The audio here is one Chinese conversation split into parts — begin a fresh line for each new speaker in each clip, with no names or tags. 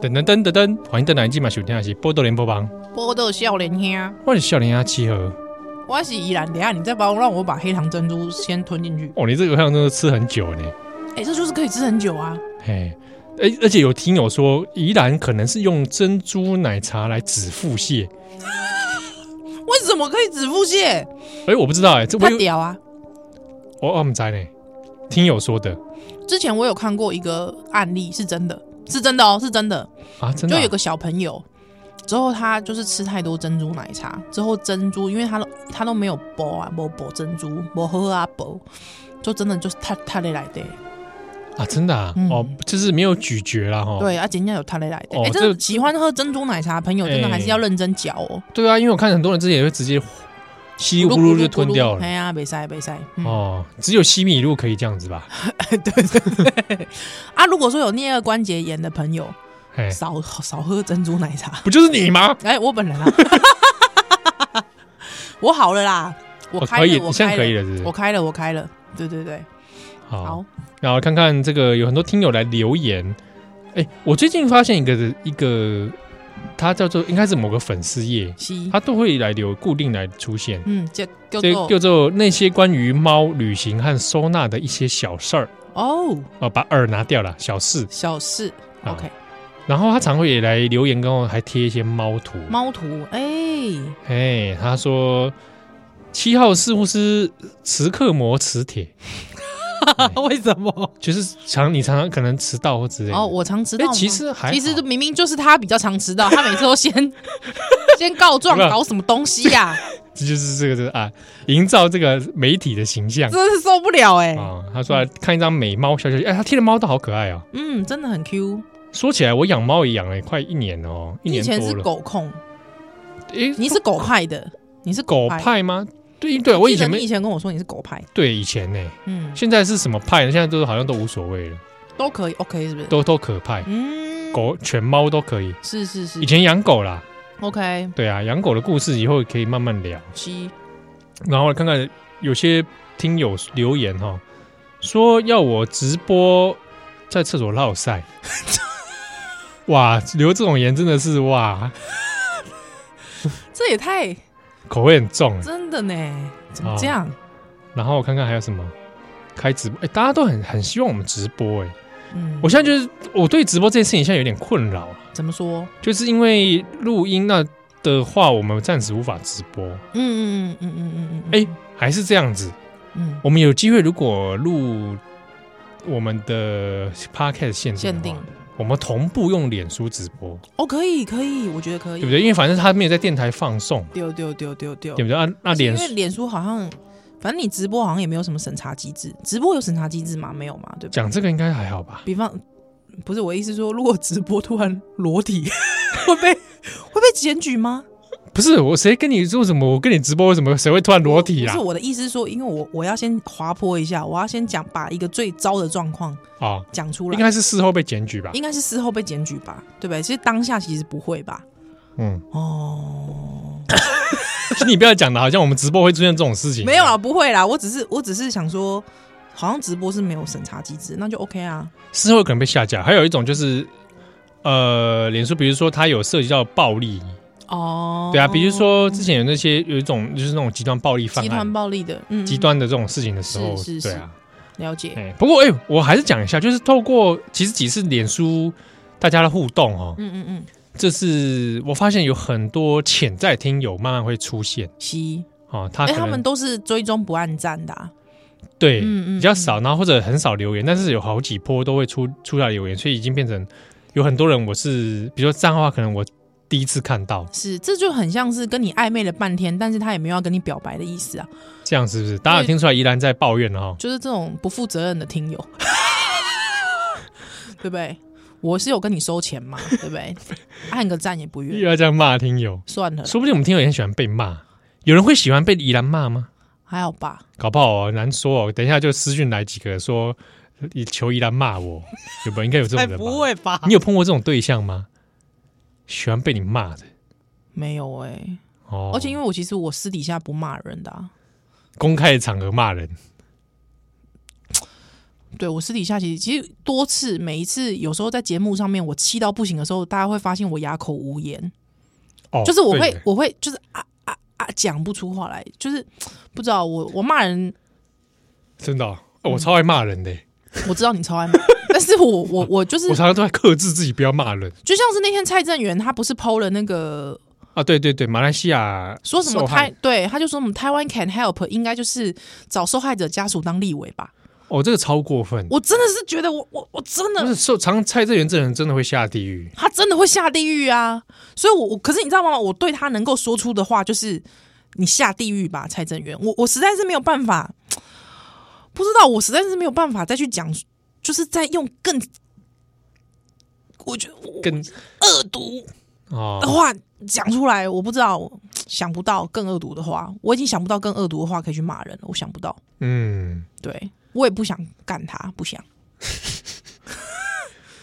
噔噔噔噔噔，欢迎登来今晚收听的是《波多连播帮》，
波豆笑脸兄，啊
我是笑脸鸭七和。
我是宜兰。等一下你再帮我让我把黑糖珍珠先吞进去。
哦，你这个好像真的吃很久呢。
哎、这就是可以吃很久啊。
嘿，而而且有听友说，宜兰可能是用珍珠奶茶来止腹泻。
为什么可以止腹泻？
哎，我不知道哎，这我
太
有
屌啊！
我我们在呢，听友说的
之前我有看过一个案例，是真的，是真的哦，是真的。
啊，真的
就
啊
有个小朋友，之后他就是吃太多珍珠奶茶，之后珍珠因为他都他都没有剥啊，没剥珍珠，没喝啊剥，就真的就是他他的来的。
啊，真的啊，
嗯
哦，就是没有咀嚼啦哈。
对啊，真正有他的来的。
哦
哎、
这
真的喜欢喝珍珠奶茶的朋友，真的
哎
还是要认真嚼哦。
对啊，因为我看很多人之前也会直接稀里呼噜就吞掉了
哎。呀，没塞没塞。嗯
哦，只有西米露可以这样子吧？
啊，如果说有颞颌关节炎的朋友，
嘿，
少少喝珍珠奶茶。
不就是你吗？
哎、我本人啊， 我好了啦，我
哦
开
可以
了，我
你现在
开
可以
了，
了，是不
我
是？
开了，我开了。对对对，好，
然后看看这个有很多听友来留言。哎，我最近发现一个一个，他叫做应该是某个粉丝页，
西，
他都会来留固定来出现。
嗯，这叫
这
做
叫做那些关于猫旅行和收纳的一些小事儿
哦，
哦，把“耳”拿掉了，小事。
小事。
啊
OK，
然后他常会也来留言，跟我还贴一些猫图。
猫图， 哎、
哎，他说七号似乎是磁刻磨磁铁，
为什么？
就是常你常常可能迟到或之类的。
哦，我常迟
哎
到吗。
其实还好
其实就明明就是他比较常迟到，他每次都先 先告状，
有没有
搞什么东西呀、
这就是这个这个啊，营造这个媒体的形象
真是受不了哎、
啊。他说、看一张美猫小小，哎，他贴的猫都好可爱哦。
嗯，真的很 Q。
说起来，我养猫也养了快一年哦，一
你以
年
前
多
是
了。
狗控，
哎，
你是狗 派的，你是
狗
派。
派吗？对对，我以前
记得你
没
以前跟我说你是狗派，
对以前呢、
嗯，
现在是什么派呢？现在都好像都无所谓了，
都可以，OK 是不是？
都都可派，
嗯，
狗犬猫都可以。
是是是
以前养狗啦，
，OK，
对啊，养狗的故事以后可以慢慢聊。
七，
然后看看有些听友留言哈、哦，说要我直播在厕所落 赛，哇，留这种言真的是哇，
这也太
口味很重啊。
真的呢，怎么
啊
这样？
然后我看看还有什么开直播，哎，大家都很很希望我们直播哎、
嗯，
我现在就是我对直播这件事情现在有点困扰啊，
怎么说？
就是因为录音那的话，我们暂时无法直播，
嗯嗯嗯嗯嗯嗯嗯，
哎，还是这样子。
嗯，
我们有机会如果录我们的 podcast 限定的话
限定
我们同步用脸书直播，
哦，可以可以，我觉得可
对不
以，
对？因为反正他没有在电台放送，
丢丢丢丢丢
对，不对？啊，那
而且
脸
因为
书
脸书好像，反正你直播好像也没有什么审查机制，直播有审查机制吗？没有嘛，对吧？
讲这个应该还好吧？
比方，不是我意思说，如果直播突然裸体， 会被会被检举吗？
不是我谁跟你说什么？我跟你直播为什么？谁会突然裸体
不
啊
是？我的意思是说，因为我我要先滑坡一下，我要先讲把一个最糟的状况
哦，
讲出来，
应该是事后被检举吧？
应该是事后被检举吧，对不对？其实当下其实不会吧？
嗯，
哦，
请你不要讲的，好像我们直播会出现这种事情。
没有啊啦，，不会啦，我只是我只是想说，好像直播是没有审查机制，那就 OK 啊。
事后可能被下架。还有一种就是，呃，脸书比如说它有涉及到暴力，
哦，
对啊，比如说之前有那些有一种就是那种极端暴力犯
集
案
团。暴力的，嗯，
极端的这种事情的时候，
是是是
对啊，
了解，
哎、不过哎、我还是讲一下，就是透过其实几次脸书大家的互动哦，
嗯嗯嗯，
这是我发现有很多潜在听友慢慢会出现
西，
哦，他
哎、
可能、
他们都是追踪不按赞的、啊，
对、
嗯嗯
比较少，然后或者很少留言，但是有好几波都会出出来留言，所以已经变成有很多人我是，比如说账号可能我第一次看到，
是，这就很像是跟你暧昧了半天，但是他也没有要跟你表白的意思啊，
这样是不是？大家有听出来依然在抱怨了哈、哦，
就是这种不负责任的听友， 对不对？我是有跟你收钱嘛，对不对？按个赞也 不
又
愿，
要这样骂听友，
算了啦，
说不定我们听友也很喜欢被骂，有人会喜欢被依然骂吗？
还好吧。
搞不好、哦、难说哦。等一下就私讯来几个说，呃求宜兰骂我，有没 有？应该有这种人吧？
哎会啊吧
你有碰过这种对象吗？喜欢被你骂的
没有哎、
哦，
而且因为我其实我私底下不骂人的、啊，
公开的场合骂人，
对我私底下其实其实多次，每一次有时候在节目上面我气到不行的时候，大家会发现我哑口无言，
哦，
就是我
对
会
耶
我会就是啊啊啊讲不出话来，就是不知道我我骂人，
真的哦、
嗯
哦我超爱骂人的耶，
我知道你超爱骂，但是我我我就是
我常常都在克制自己不要骂人
就像是那天蔡正元他不是剖了那个
啊。对对对，马来西亚
说什么
受害
台对，他就说我们台湾 can help，应该就是找受害者家属当立委吧。
哦，这个超过分，
我真的是觉得我我我真
不
的
是受常蔡正元这人真的会下地狱。
他真的会下地狱啊！所以我，我可是你知道吗？我对他能够说出的话就是你下地狱吧，蔡正元。我我实在是没有办法，不知道我实在是没有办法再去讲，就是在用更我觉得我
更
恶毒的
哦，
话讲出来，我不知道想不到更恶毒的话，我已经想不到更恶毒的话可以去骂人了，我想不到。
嗯，
对我也不想干他，不想。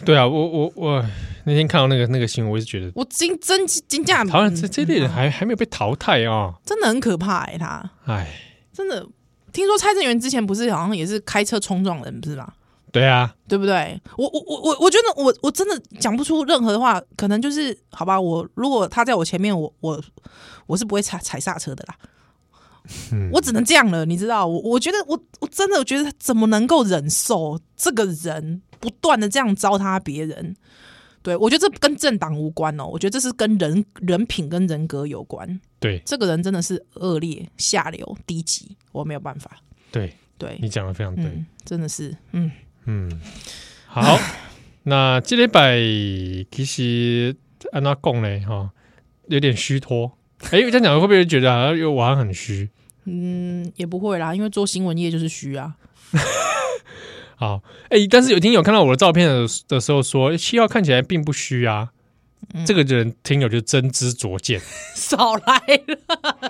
对啊，我我我那天看到那个那个新闻，我是觉得
我真真真假，
好像这这类
嗯
人还还没有被淘汰啊、
真的很可怕哎、他
哎，
真的。听说蔡正元之前不是好像也是开车冲撞人，不是吗？
对啊，
对不对？我我我我我觉得我我真的讲不出任何的话，可能就是好吧。我如果他在我前面，我我我是不会踩踩刹车的啦。
嗯
我只能这样了，你知道？我我觉得我我真的觉得怎么能够忍受这个人不断的这样糟蹋别人？对我觉得这跟政党无关哦，我觉得这是跟人人品跟人格有关。
对
这个人真的是恶劣、下流、低级，我没有办法。
对，
对，
你讲的非常对，
嗯，真的是，嗯，
嗯，好， 那这礼拜其实按他讲嘞哈，有点虚脱。哎、这样讲会不会觉得好像又我好像很虚？
嗯，也不会啦，因为做新闻业就是虚啊。
好，哎、但是有听友看到我的照片的的时候说，七号看起来并不虚啊。这个人听友就真知灼见，
少来了，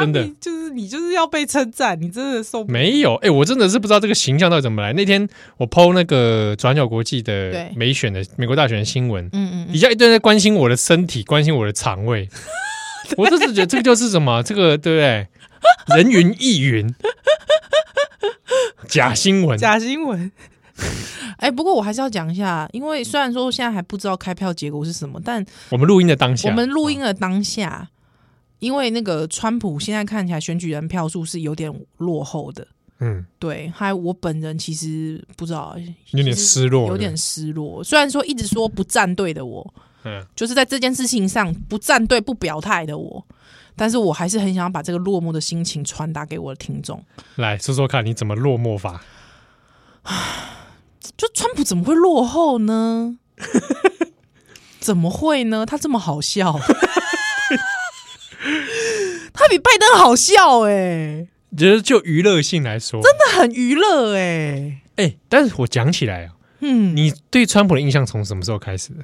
真的
你就是你就是要被称赞，你真的受不
没有哎、我真的是不知道这个形象到底怎么来。那天我 PO 那个转角国际的
对
美选的美国大选的新闻，
嗯嗯
底下一堆人在关心我的身体，关心我的肠胃，我就是觉得这个就是什么，这个对不对？人云亦云，假新闻
嗯，。假新闻。 哎、不过我还是要讲一下，因为虽然说现在还不知道开票结果是什么，但
我们录音的当下，
我们录音的当
嗯
下，因为那个川普现在看起来选举人票数是有点落后的，
嗯，
对，还有我本人其实不知道，
有点失落，
有点失落。虽然说一直说不站队的我，
嗯，
就是在这件事情上不站队、不表态的我，但是我还是很想要把这个落寞的心情传达给我的听众。
来说说看你怎么落寞法？
就川普怎么会落后呢？ 怎么会呢？他这么好笑， 他比拜登好笑哎、
觉得就娱乐性来说，真的
他很娱乐哎，
哎、但是我讲起来啊，
嗯，
你对川普的印象从什么时候开始的？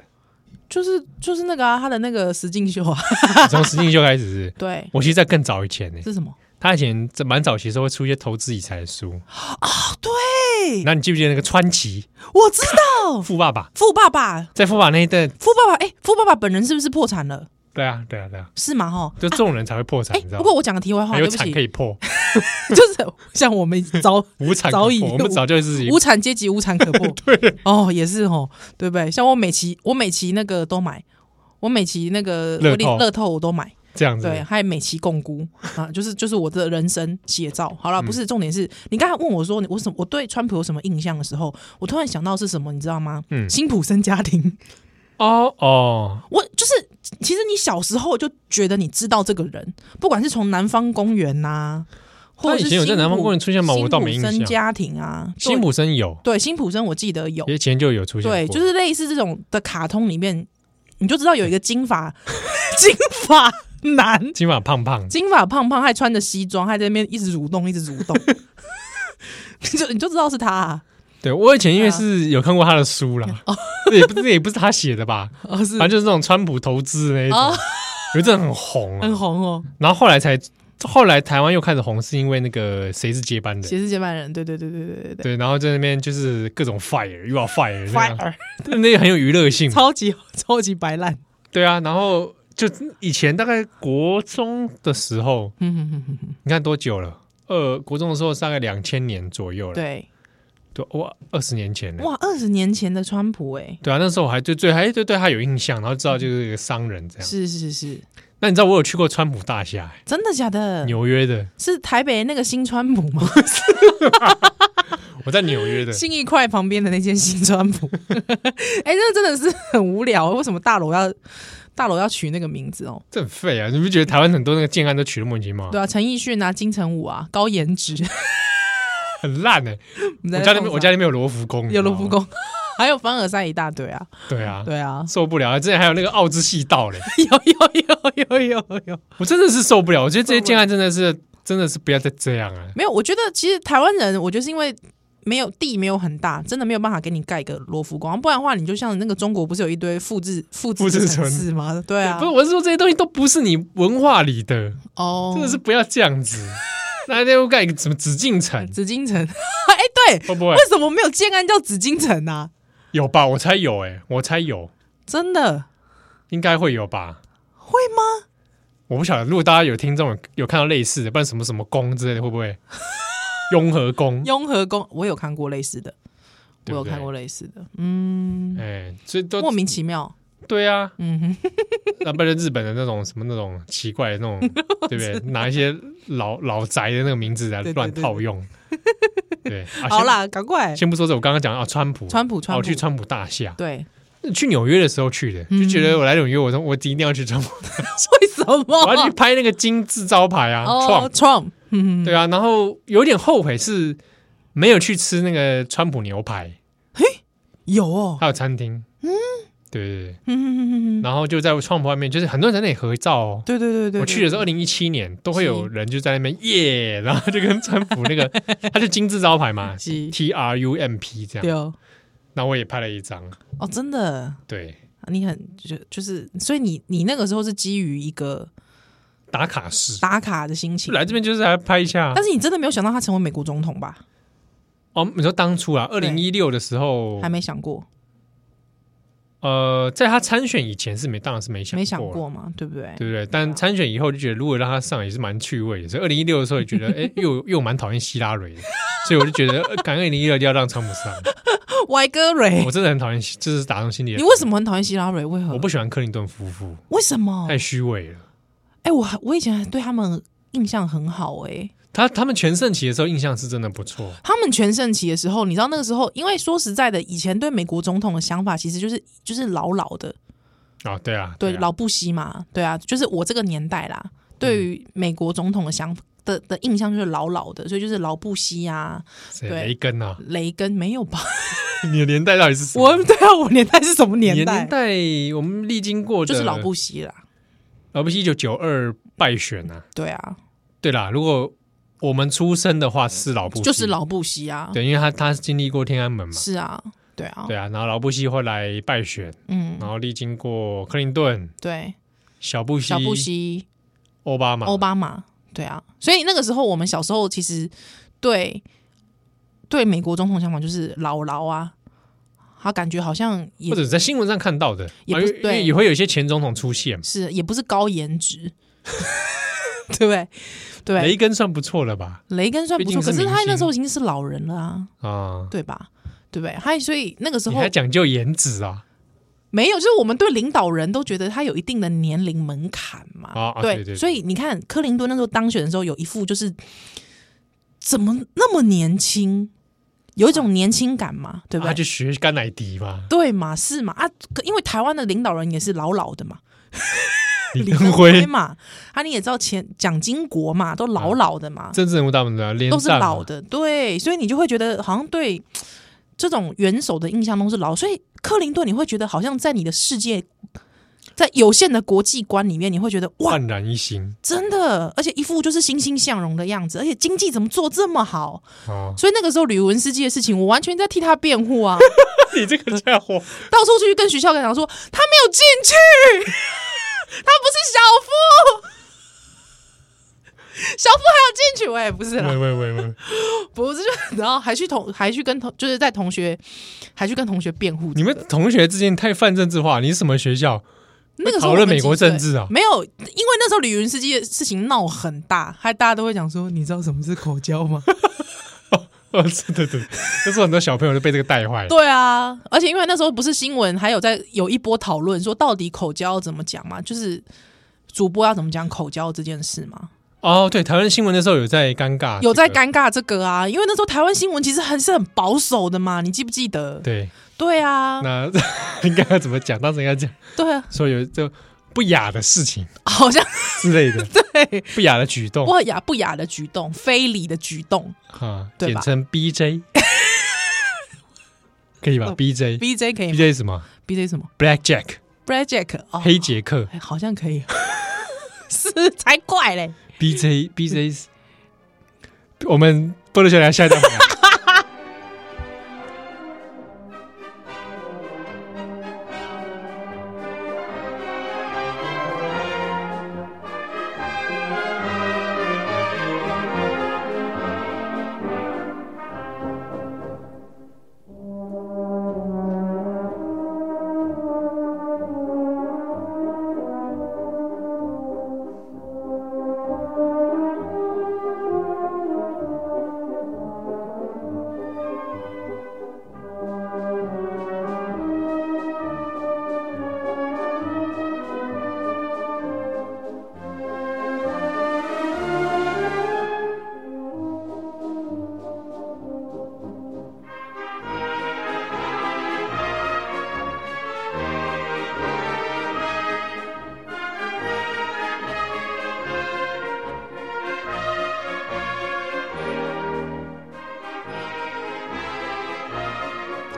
就是就是那个啊，他的那个石进秀啊，
从石进秀开始是不是？
对，
我其实，在更早以前呢、
是什么？
他以前在蛮早期的时候会出一些投资理财的书。
哦对，
那你记不记得那个川崎
我知道，
富爸爸？
富爸爸，
在富爸爸那一代，
富爸爸，哎、富爸爸本人是不是破产了？
对啊，对啊，对啊，
是吗？哈，
就这种人才会破产，
哎、
你知道
不
吗？
过我讲个题外话，
还
对
有
不
产
起
可，以破，
就是像我们早
无产可
早
破
已
我们早就自己
无产阶级无产可 破。对，哦，也是哦，对不对？像我每期我每期那个都买，我每期那个
乐
我连
透
乐透我都买，
这样子。
对，啊还有每期共估啊，就是就是我的人生写照。好了，
嗯
不是重点是你刚才问我说你我什么我对川普有什么印象的时候，我突然想到是什么，你知道吗？
嗯
辛普森家庭。
哦哦，
我就是，其实你小时候就觉得你知道这个人，不管是从南方公园呐、或者
他
是
以前有在
辛普
南方公园出现吗
辛
我倒没
普
印
森
象
家庭啊，对
辛普森有，
对辛普森我记得有，
以前就有出现过，
对，就是类似这种的卡通里面，你就知道有一个金发 金发男，
金发胖 胖的，
金发胖胖，还穿着西装，还在那边一直蠕动，一直蠕动， 你就你就知道是他、啊，
对我以前因为
对啊
是有看过他的书啦，那也不那也不是他写的吧，
哦 是
反正就是那种川普投资的啊那一
哦
种，有一阵很红
很
啊，
红哦，
然后后来才后来台湾又开始红，是因为那个谁是接班人。
斜视接班人，对对对对对对对
对，然后在那边就是各种 fire，又要 fire，这样
，fire，
那个很有娱乐性嘛。
超级超级白烂，
对啊，然后就以前大概国中的时候，
嗯哼哼哼哼，
你看多久了？呃，国中的时候大概两千年左右了。
对，
对，哇，二十年前了，
哇，二十年前的川普哎、
对啊，那时候我还对对还对对他有印象，然后知道就是一个商人这样。
是是是，
那你知道我有去过川普大厦、欸
真的假的？
纽约的，
是台北那个新川普吗？
我在纽约的，
信义块旁边的那间新川普， 哎、那真的是很无聊。为什么大楼要大楼要取那个名字哦？
这很废啊！你不觉得台湾很多那个建案都取得莫名其妙，
对啊，陈奕迅啊，金城武啊，高颜值。
很烂哎、
我
我家里面我家里面有罗浮宫，
有卢
你
浮
知道吗，
宫， 还有凡尔赛一大堆啊，
对啊，，
对啊
受不了！之前还有那个奥之细道嘞，
有有有有有有，
我真的是受不了。我觉得这些建案真的是真的是不要再这样啊！
没有？我觉得其实台湾人，我觉得是因为。没有地没有很大，真的没有办法给你盖一个罗浮宫，不然的话，你就像那个中国不是有一堆复制复制
复制
这城
村
市吗？对啊，
不是，我是说这些东西都不是你文化里的，
哦，
真的是不要这样 子。那天我盖一个什么紫禁城，
紫禁城，哎、对，
会不会
为什么没有建安叫紫禁城啊？
有吧？我猜有哎、我猜有，
真的
应该会有吧？
会吗？
我不晓得，如果大家有听众有有看到类似的，不然什么什么宫之类的，会不 会？雍和宫，
雍和宫我有看过类似的，
对不对
我有看过类似的，嗯，
哎、所以都
莫名其妙，
对啊，
嗯哼，
那不然日本的那种什么那种奇怪的那 种，对不对？拿一些老老宅的那个名字来
对对
乱套 用。对，啊
好，啦，赶快
先，先不说这，我刚刚讲啊，川普，
川普
啊
川
我
普
去，川普大厦，
对，
去纽约的时候去的，就觉
嗯
得我来纽约，我说我一定要去川普，
为什
我要去
么？
拍那个金字招牌啊， 创
哦，创，嗯，
对啊，然后有点后悔是没有去吃那个川普牛排，
有哦，
还有餐厅，嗯，对对对，
嗯哼哼哼哼，
然后就在川普外面，就是很多人在那里合照哦，
对对对对，
我去的
时
是二零一七年，都会有人就在那边耶， 然后就跟川普那个，他就金字招牌嘛
是
，T R U M P 这
对
样。
哦，
那我也拍了一张，
哦，真的，
对，
你很就就是，所以你你那个时候是基于一个
打卡式。
打卡的心情，
来这边就是来拍一下
但。是你真的没有想到他成为美国总统吧？
哦，你说当初啊，二零一六的时候
还，没想过，
呃，在他参选以前是没，当然是没想
没想
过了，
过嘛，对不对？
对不对？但参选以后就觉得，如果让他上也是蛮趣味的。所以二零一六的时候也觉得， 哎，又又蛮讨厌希拉蕊的，所以我就觉得，呃感恩二零一六要让川普 上。
歪哥蕊
我，真的很讨厌，这是打从心底的
你。为什么很讨厌希拉蕊？为何？
我不喜欢克林顿夫妇，
为什么？
太虚伪了。
哎、我还我以前还对他们印象很好哎、
他他们全盛期的时候印象是真的不错，
他们全盛期的时候，你知道那个时候，因为说实在的，以前对美国总统的想法其实就是就是老老的，
啊，对啊，
对
啊
老不惜嘛，对啊，就是我这个年代啦，对于美国总统的想的的印象就是老老的，所以就是老不惜啊，
谁
对
雷根啊，
雷根没有吧？
你的年代到底是什么？
我 对啊，我年代是什么
你的
年代？
年代我们历经过的
就是老布希啦，
老布一九九二败选啊，
对啊，
对啦，如果我们出生的话是老布希，
就是老布希啊，
对，因为他他是经历过天安门嘛，
是啊，对啊，
对啊，然后老布希后来败选，
嗯，
然后历经过克林顿、
对，
小布希、
小布希。
奥巴马，
奥巴马，对啊，所以那个时候我们小时候其实对对美国总统想法就是姥姥啊，他感觉好像也
或者在新闻上看到的，
也
啊因
不是
为因
对
为也会有一些前总统出现嘛，
是也不是高颜值， 对不对？对，
雷根算不错了吧？
雷根算不错，
毕竟是
可
明
是
星
他那时候已经是老人了啊，
啊，
对吧？对不对？还所以那个时
你
候
还讲究颜值啊？
没有，就是我们对领导人都觉得他有一定的年龄门槛嘛。
啊啊对对对
所以你看克林顿那时候当选的时候，有一副就是怎么那么年轻，有一种年轻感嘛，对不
他啊
对？
就学甘乃迪 嘛，
对嘛，是嘛啊，可因为台湾的领导人也是老 老的嘛，
李
登
登辉，
嘛，啊，你也知道前蒋经国嘛，都
啊
老老的嘛，
政治人物大部分都要连
都是
战嘛
老的，对，所以你就会觉得好像对这种元首的印象都是老，所以克林顿你会觉得好像在你的世界，在有限的国际观里面，你会觉得哇，
焕然一新
真的，而且一副就是欣欣向荣的样子，而且经济怎么做这么好？！
哦
所以那个时候吕文斯基的事情，我完全在替他辩护啊，
你这个家伙，
到处去跟学校长说他没有进去，他不是小 夫，小夫还要进去，喂，不是啦
喂，喂喂喂，
不是，就然后还去同还去跟同就是在同学还去跟同学辩护。
你们同学之间太泛政治化，你是什么学校？
那个时
讨
候我们
论美国
几岁
政治啊
没有，因为那时候李云 司机的事情闹很大，还大家都会讲说，你知道什么是口交吗？
呃， 对对对，就是很多小朋友就被这个带坏了。
对啊，而且因为那时候不是新闻，还有在有一波讨论说到底口交怎么讲嘛，就是主播要怎么讲口交这件事嘛，
哦，对，台湾新闻的时候有在尴尬，
有在
啊这个，
尴尬这个啊，因为那时候台湾新闻其实还是很保守的嘛，你记不记得？
对，
对啊，
那 应该要怎么讲？当时应该讲
对啊，
说有这不雅的事情
好像
之类的，
对
不雅的举动
不雅不雅的举动，非礼的举动
啊，
对
简
吧
称 BJ，可以吧
哦
？BJ，BJ
，B J 可以吗
什么
？B J 什么
？Black Jack，
？Brad Jack 哦，
黑杰克
哎好像可以， 是才怪嘞。
，BJ，BJ，我们波多小来下一段回来。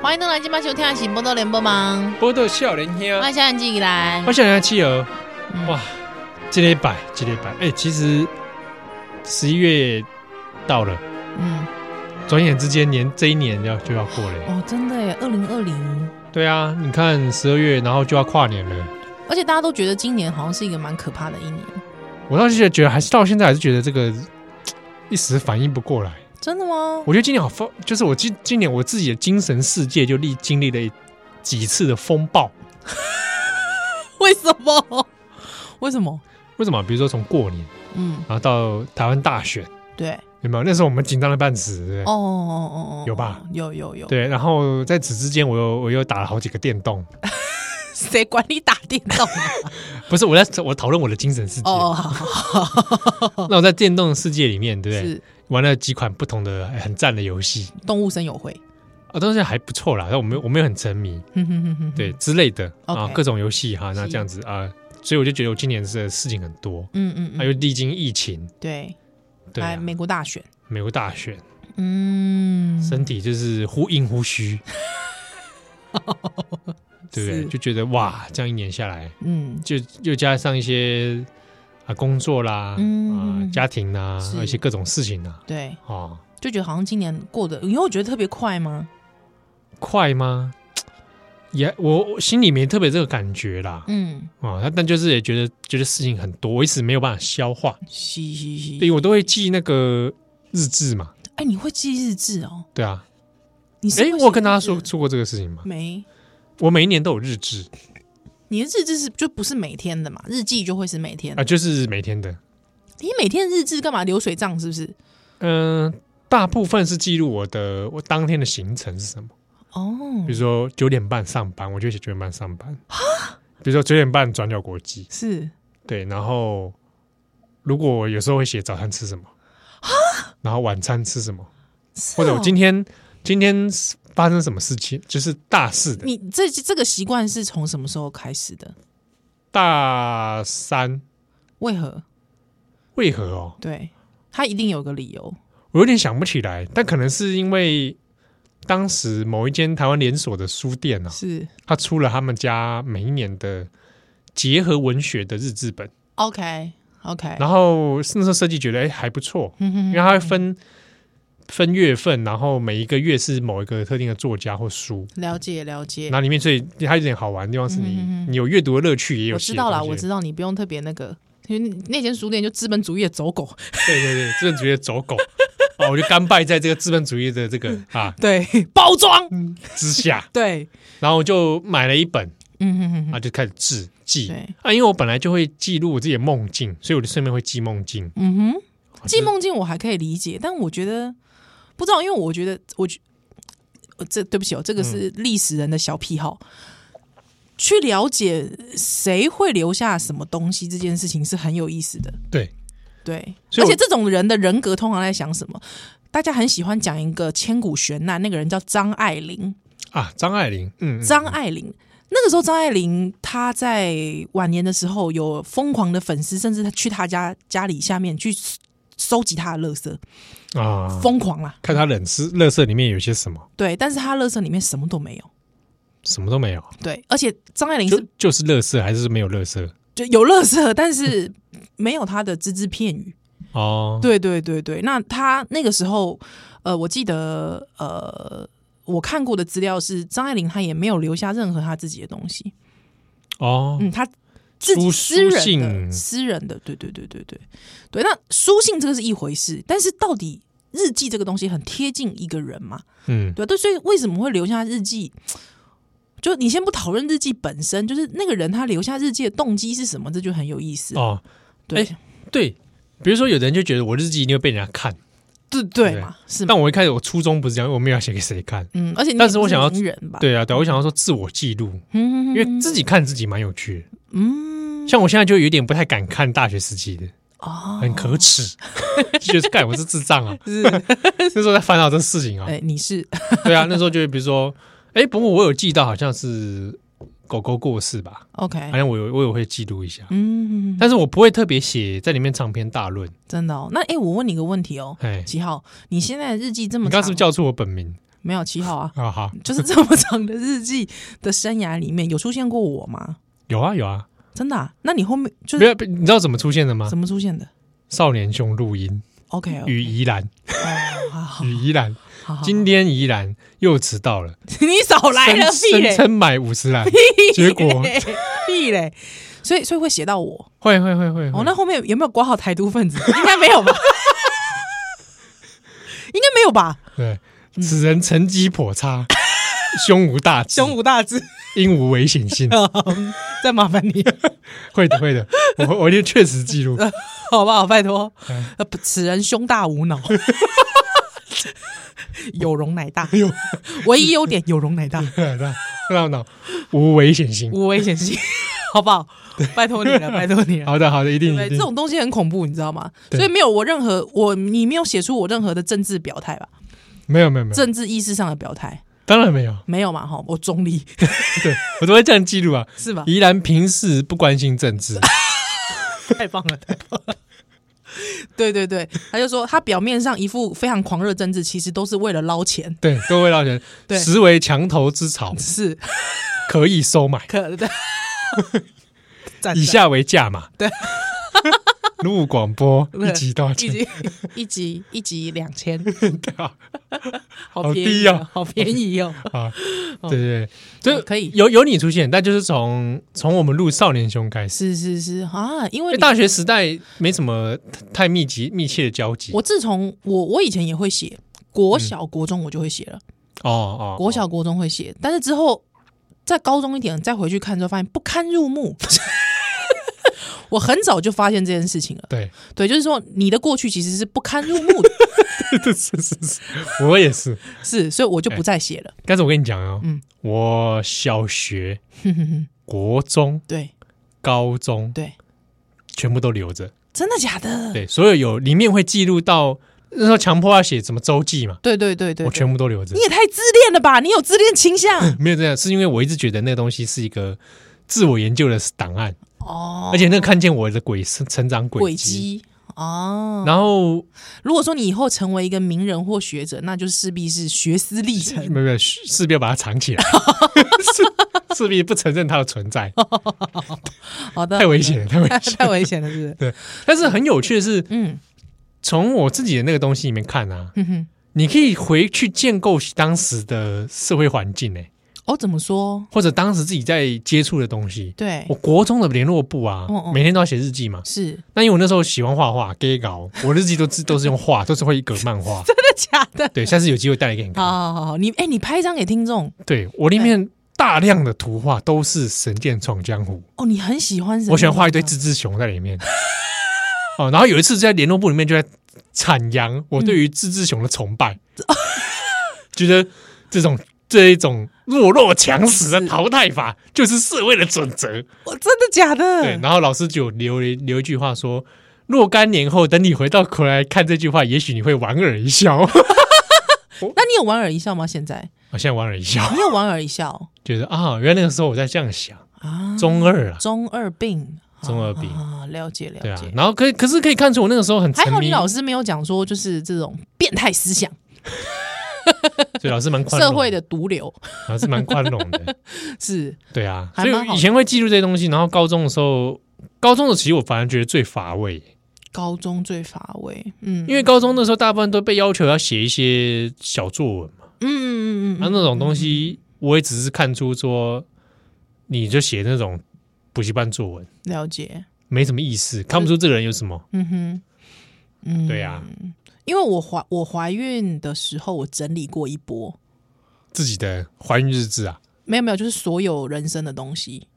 欢迎登来今晚收听的是《 波多联播忙》，
波多笑年兄，
我是安静兰
我。想要企鹅，
嗯
哇，这礼拜，这礼拜，哎、其实十一月到了，
嗯，
转眼之间年这一年要就要过了。
哦，真的耶，二零二零，
对啊，你看十二月，然后就要跨年了。
而且大家都觉得今年好像是一个蛮可怕的一年，
我到现在觉得还是到现在还是觉得这个嘖一时反应不过来。
真的吗？
我觉得今年好疯，就是我今今年我自己的精神世界就历经历了几次的风暴。
为什么？为什么？
为什么？比如说从过年，
嗯，
然后到台湾大选，
对，
有没有？那时候我们紧张的半死。对不对
哦哦哦哦，
有吧？
有有有，
对，然后在此之间，我又我又打了好几个电动，
谁管你打电 动啊？
不是我在我讨论我的精神世界。
哦，好好好
那我在电动世界里面，对不对？
是
玩了几款不同的哎很赞的游戏
动物森友会，嗯
啊，当时还不错啦，但我没有我没有很沉迷，
哼哼哼哼，
对、之类的啊，
OK
各种游戏哈，那
是
这样子啊，所以我就觉得我今年的事情很多，
嗯嗯
还有
嗯，
历经疫情，
对，
对啊、
来美国大选，
美国大选，
嗯，
身体就是忽硬忽 虚，对不对？
是
就觉得哇，这样一年下来，
嗯
就又加上一些啊工作啦，
嗯
啊家庭啦，
是
还有一些各种事情啦，
对，
哦，
就觉得好像今年过得，你会觉得特别快吗？
快吗？也我我心里没特别这个感觉啦，
嗯，
啊、但但就是也觉得觉得事情很多，我一直没有办法消化，
嘻嘻嘻，
对我都会记那个日志嘛，
哎，你会记日志哦？
对啊，
你是
哎
会，
我
写
有跟大家
日志
说说过这个事情吗？
没？
我每一年都有日志啊
你的日志是就不是每天的嘛？日记就会是每天
啊、
的。
就是每天的，
你每天的日志干嘛？流水账是不是？
嗯、大部分是记录我的我当天的行程是什么。
哦
比，如说九点半上班，我就写九点半上班。比如说九点半转角国际，
是
对，然后如果我有时候会写早餐吃什么，然后晚餐吃什么，
是
或者我
哦
今天今天发生什么事情，就是大事的。
你这这个习惯是从什么时候开始的？
大三
为何？
为何哦？
对他一定有个理由。
我有点想不起来，但可能是因为当时某一间台湾连锁的书店啊，
是
它出了他们家每一年的结合文学的日志本。
OK OK，
然后那时候设计觉得哎、还不错，
嗯哼
因为它会分分月份，然后每一个月是某一个特定的作家或书，
了解了解
然，后里面所以它有点好玩的地方是你、
嗯哼哼
你有阅读的乐趣，也有
我知道
写的
啦，
东西
我知道你不用特别那个，因为那间书店就资本主义的走狗。
对对对，资本主义的走狗哦，我就甘拜在这个资本主义的这个啊
对，包装。
之下，
对，
然后我就买了一本
嗯哼哼哼，
啊，就开始记记
对
啊，因为我本来就会记录我自己的梦境，所以我就顺便会记梦境，
嗯哼。
啊
记，梦境我还可以理解，但我觉得不知道，因为我觉得，我觉呃这对不起哦，这
嗯
个是历史人的小癖好。去了解谁会留下什么东西这件事情是很有意思的，
对，
对。
所
而
以我
且这种人的人格通常在想什么？大家很喜欢讲一个千古悬案，那个人叫张爱玲。
啊，张爱玲，嗯，嗯
张爱玲。那个时候，张爱玲她在晚年的时候有疯狂的粉丝，甚至她去她家家里下面去搜收集她的垃圾，
啊，
疯狂啦。
看她冷吃乐色里面有些什么，
对，但是她垃圾里面什么都没有。
什么都没有，
对，而且张爱玲
就是就是乐色还是没有乐色
就有垃圾，但是没有她的只字片语。
哦，
对对对对，那她那个时候，呃，我记得，呃，我看过的资料是张爱玲她也没有留下任何她自己的东西。
哦，
嗯，他自己
书
私人
书
的、
信
私人的，对对对对对对。那书信这个是一回事，但是到底日记这个东西很贴近一个人嘛？
嗯，
对啊对，所以为什么会留下日记？就你先不讨论日记本身，就是那个人他留下日记的动机是什么，这就很有意思。
哦，
对、
哎对，比如说有的人就觉得我日记一定会被人家看，
对对嘛，是嘛？
但我一开始我初衷不是这样，我没有要写给谁看，
嗯，而且你
但
也
是
不
我想要
名人吧，，
对啊，对啊，我想要说自我记录，
嗯，
因
因
为自己看自己蛮有趣的。
嗯
像我现在就有点不太敢看大学时期的，
哦，
很可耻， 就觉得干我是智障 啊！
是
那时候在烦恼这事情啊
哎、，你是
对啊，那时候就比如说，哎，不过我有记到好像是狗狗过世吧，
OK，
好像我有我有会记录一下，
哎嗯，
但是我不会特别写在里面长篇大论。
真的哦。那哎、我问你个问题哦，
哎，
七号，你现在的日记这么
你
长，
刚是不是叫出我本名？
没有七号啊
啊？好，
就是这么长的日记的生涯里面，有出现过我吗？
有啊有啊，
真的、啊？那你后面就
没啊
是
有，你知道怎么出现的吗
怎？么出现的
少年兄录音
？OK，
与宜兰，
哦，好好
与宜兰，
好好，
嗯今天宜兰又迟到了，
你少来了，屁
声声
嘞，
称买五十兰，结果
屁嘞屁嘞，所以所以会写到我。
会会会会，
哦
会，
那后面有没有挂号台独分子？应该没有吧？ 应该没有吧？
对，
嗯
此人成绩颇差，胸无大志，
胸无大志，
应无危险性。
再麻烦你，
会的会的，我 我一定确实记 录。
好不好？拜托
嗯，
呃，不此人胸大无脑，有容乃大，
有
唯一优点有容乃大。
那那那无危险性。
无危险性， 好不好？拜托你了，拜托你了。
好的好的，一定
对，
一
这
定。
种东西很恐怖，你知道吗？
对
所以没有我任何我，你没有写出我任何的政治表态吧？
没有没有没有，
政治意识上的表态
当然没有。
没有嘛？哈，我中立
对我都会这样记录啊。
是吧？
宜兰平时不关心政治，
太棒了，太棒了！对对对，他就说他表面上一副非常狂热政治，其实都是为了捞钱，
对，都会让人
对
实为墙头之草，
是
可以收 买。
可的。啊赞
以下为价码。
对。
录广播
对
一集多少
一
钱？
集一集一集两 千，
对啊
好
好
便宜
低哦
哦，好便宜哦。
啊，对对，对
哦
就
可以
有有你出现，但就是从从我们录少年兄开始。
是是是啊，因为
因为
你
大学时代没什么太密集、密切的交集。
我自从我我以前也会写，国小、国中我就会写了，
哦嗯哦，
国小、国中会写，但是之后在高中一点再回去看之后，发现不堪入目。 我很早就发现这件事情了，
对，
对，就是说你的过去其实是不堪入目的，
是是是，我也是。
是，所以我就
嗯
不再写了。
但是我跟你讲哦，
嗯
我小学、
哼哼哼，
国中、
对
高中
对，
全部都留着，
真的假的？
对，所有有里面会记录到那时候强迫要写什么周记嘛，
对对对对
我
对，
全嗯部都留着
你。也太自恋了吧？你有自恋倾向
没有这样，是因为我一直觉得那个东西是一个自我研究的档案，
哦，
而且那个看见我的轨成长轨
轨
迹。
迹哦。
然后
如果说你以后成为一个名人或学者，那就势必是学思 历程。
没有没有，势势必要把它藏 起来，势势必不承认它的存在，
哦好的，
太危险了，太危险
太
了。
太危险了，是不是？
但是很有趣的是，
嗯
从我自己的那个东西里面看啊，
哼哼，
你可以回去建构当时的社会环境、欸，
哦，怎么说？
或者当时自己在接触的东西。
对
我，国中的联络部啊
嗯，嗯
每天都要写日记嘛。
是
那因为我那时候喜欢画画，gay 搞，我日记都是 都是用画，都是会一格漫画。
真的假的？
对，下次有机会带来给你
好
看。
好好好，你哎、你拍一张给听众
对我里面大量的图画都是《神剑闯江湖》。
哦，你很喜欢人，
我喜欢画一堆，只只熊在里面。哦，然后有一次在联络部里面就在阐扬我对
嗯
于志志雄的崇拜， 觉得这种这一种弱肉强食的淘汰法就是社会的准则。
我哦真的假的？
对，然后老师就留了一留一句话说：“若干年后，等你回到回来看这句话，也许你会莞尔一笑。 啊
那你有莞尔一笑吗？现 在”
我现在莞尔一笑，
你有莞尔一笑
觉得啊，原来那个时候我在这样想，
啊？
中二啊，
中二病，
中二病
啊，了解了
对啊
解。。
然后可以可是可以看出我那个时候很沉
还好
迷
你，老师没有讲说就是这种变态思想、
对老师蛮宽容
社会，的毒瘤
老师蛮宽容的，
是
对啊。
还
所以
蛮好的
以前会记录这些东西，然后高中的时候，高中的其实我反而觉得最乏味，
嗯高中最乏味。嗯，
因为高中的时候大部分都被要求要写一些小作文嘛。
嗯嗯嗯嗯
那、
嗯，
那种东西，我也只是看出说，你就写那种补习班作文，
了解。
没什么意思，看不出这个人有什么。
嗯哼，嗯，
对啊呀、
因为我怀我怀孕的时候，我整理过一波，
自己的怀孕日志啊，
没有没有，就是所有人生的东西，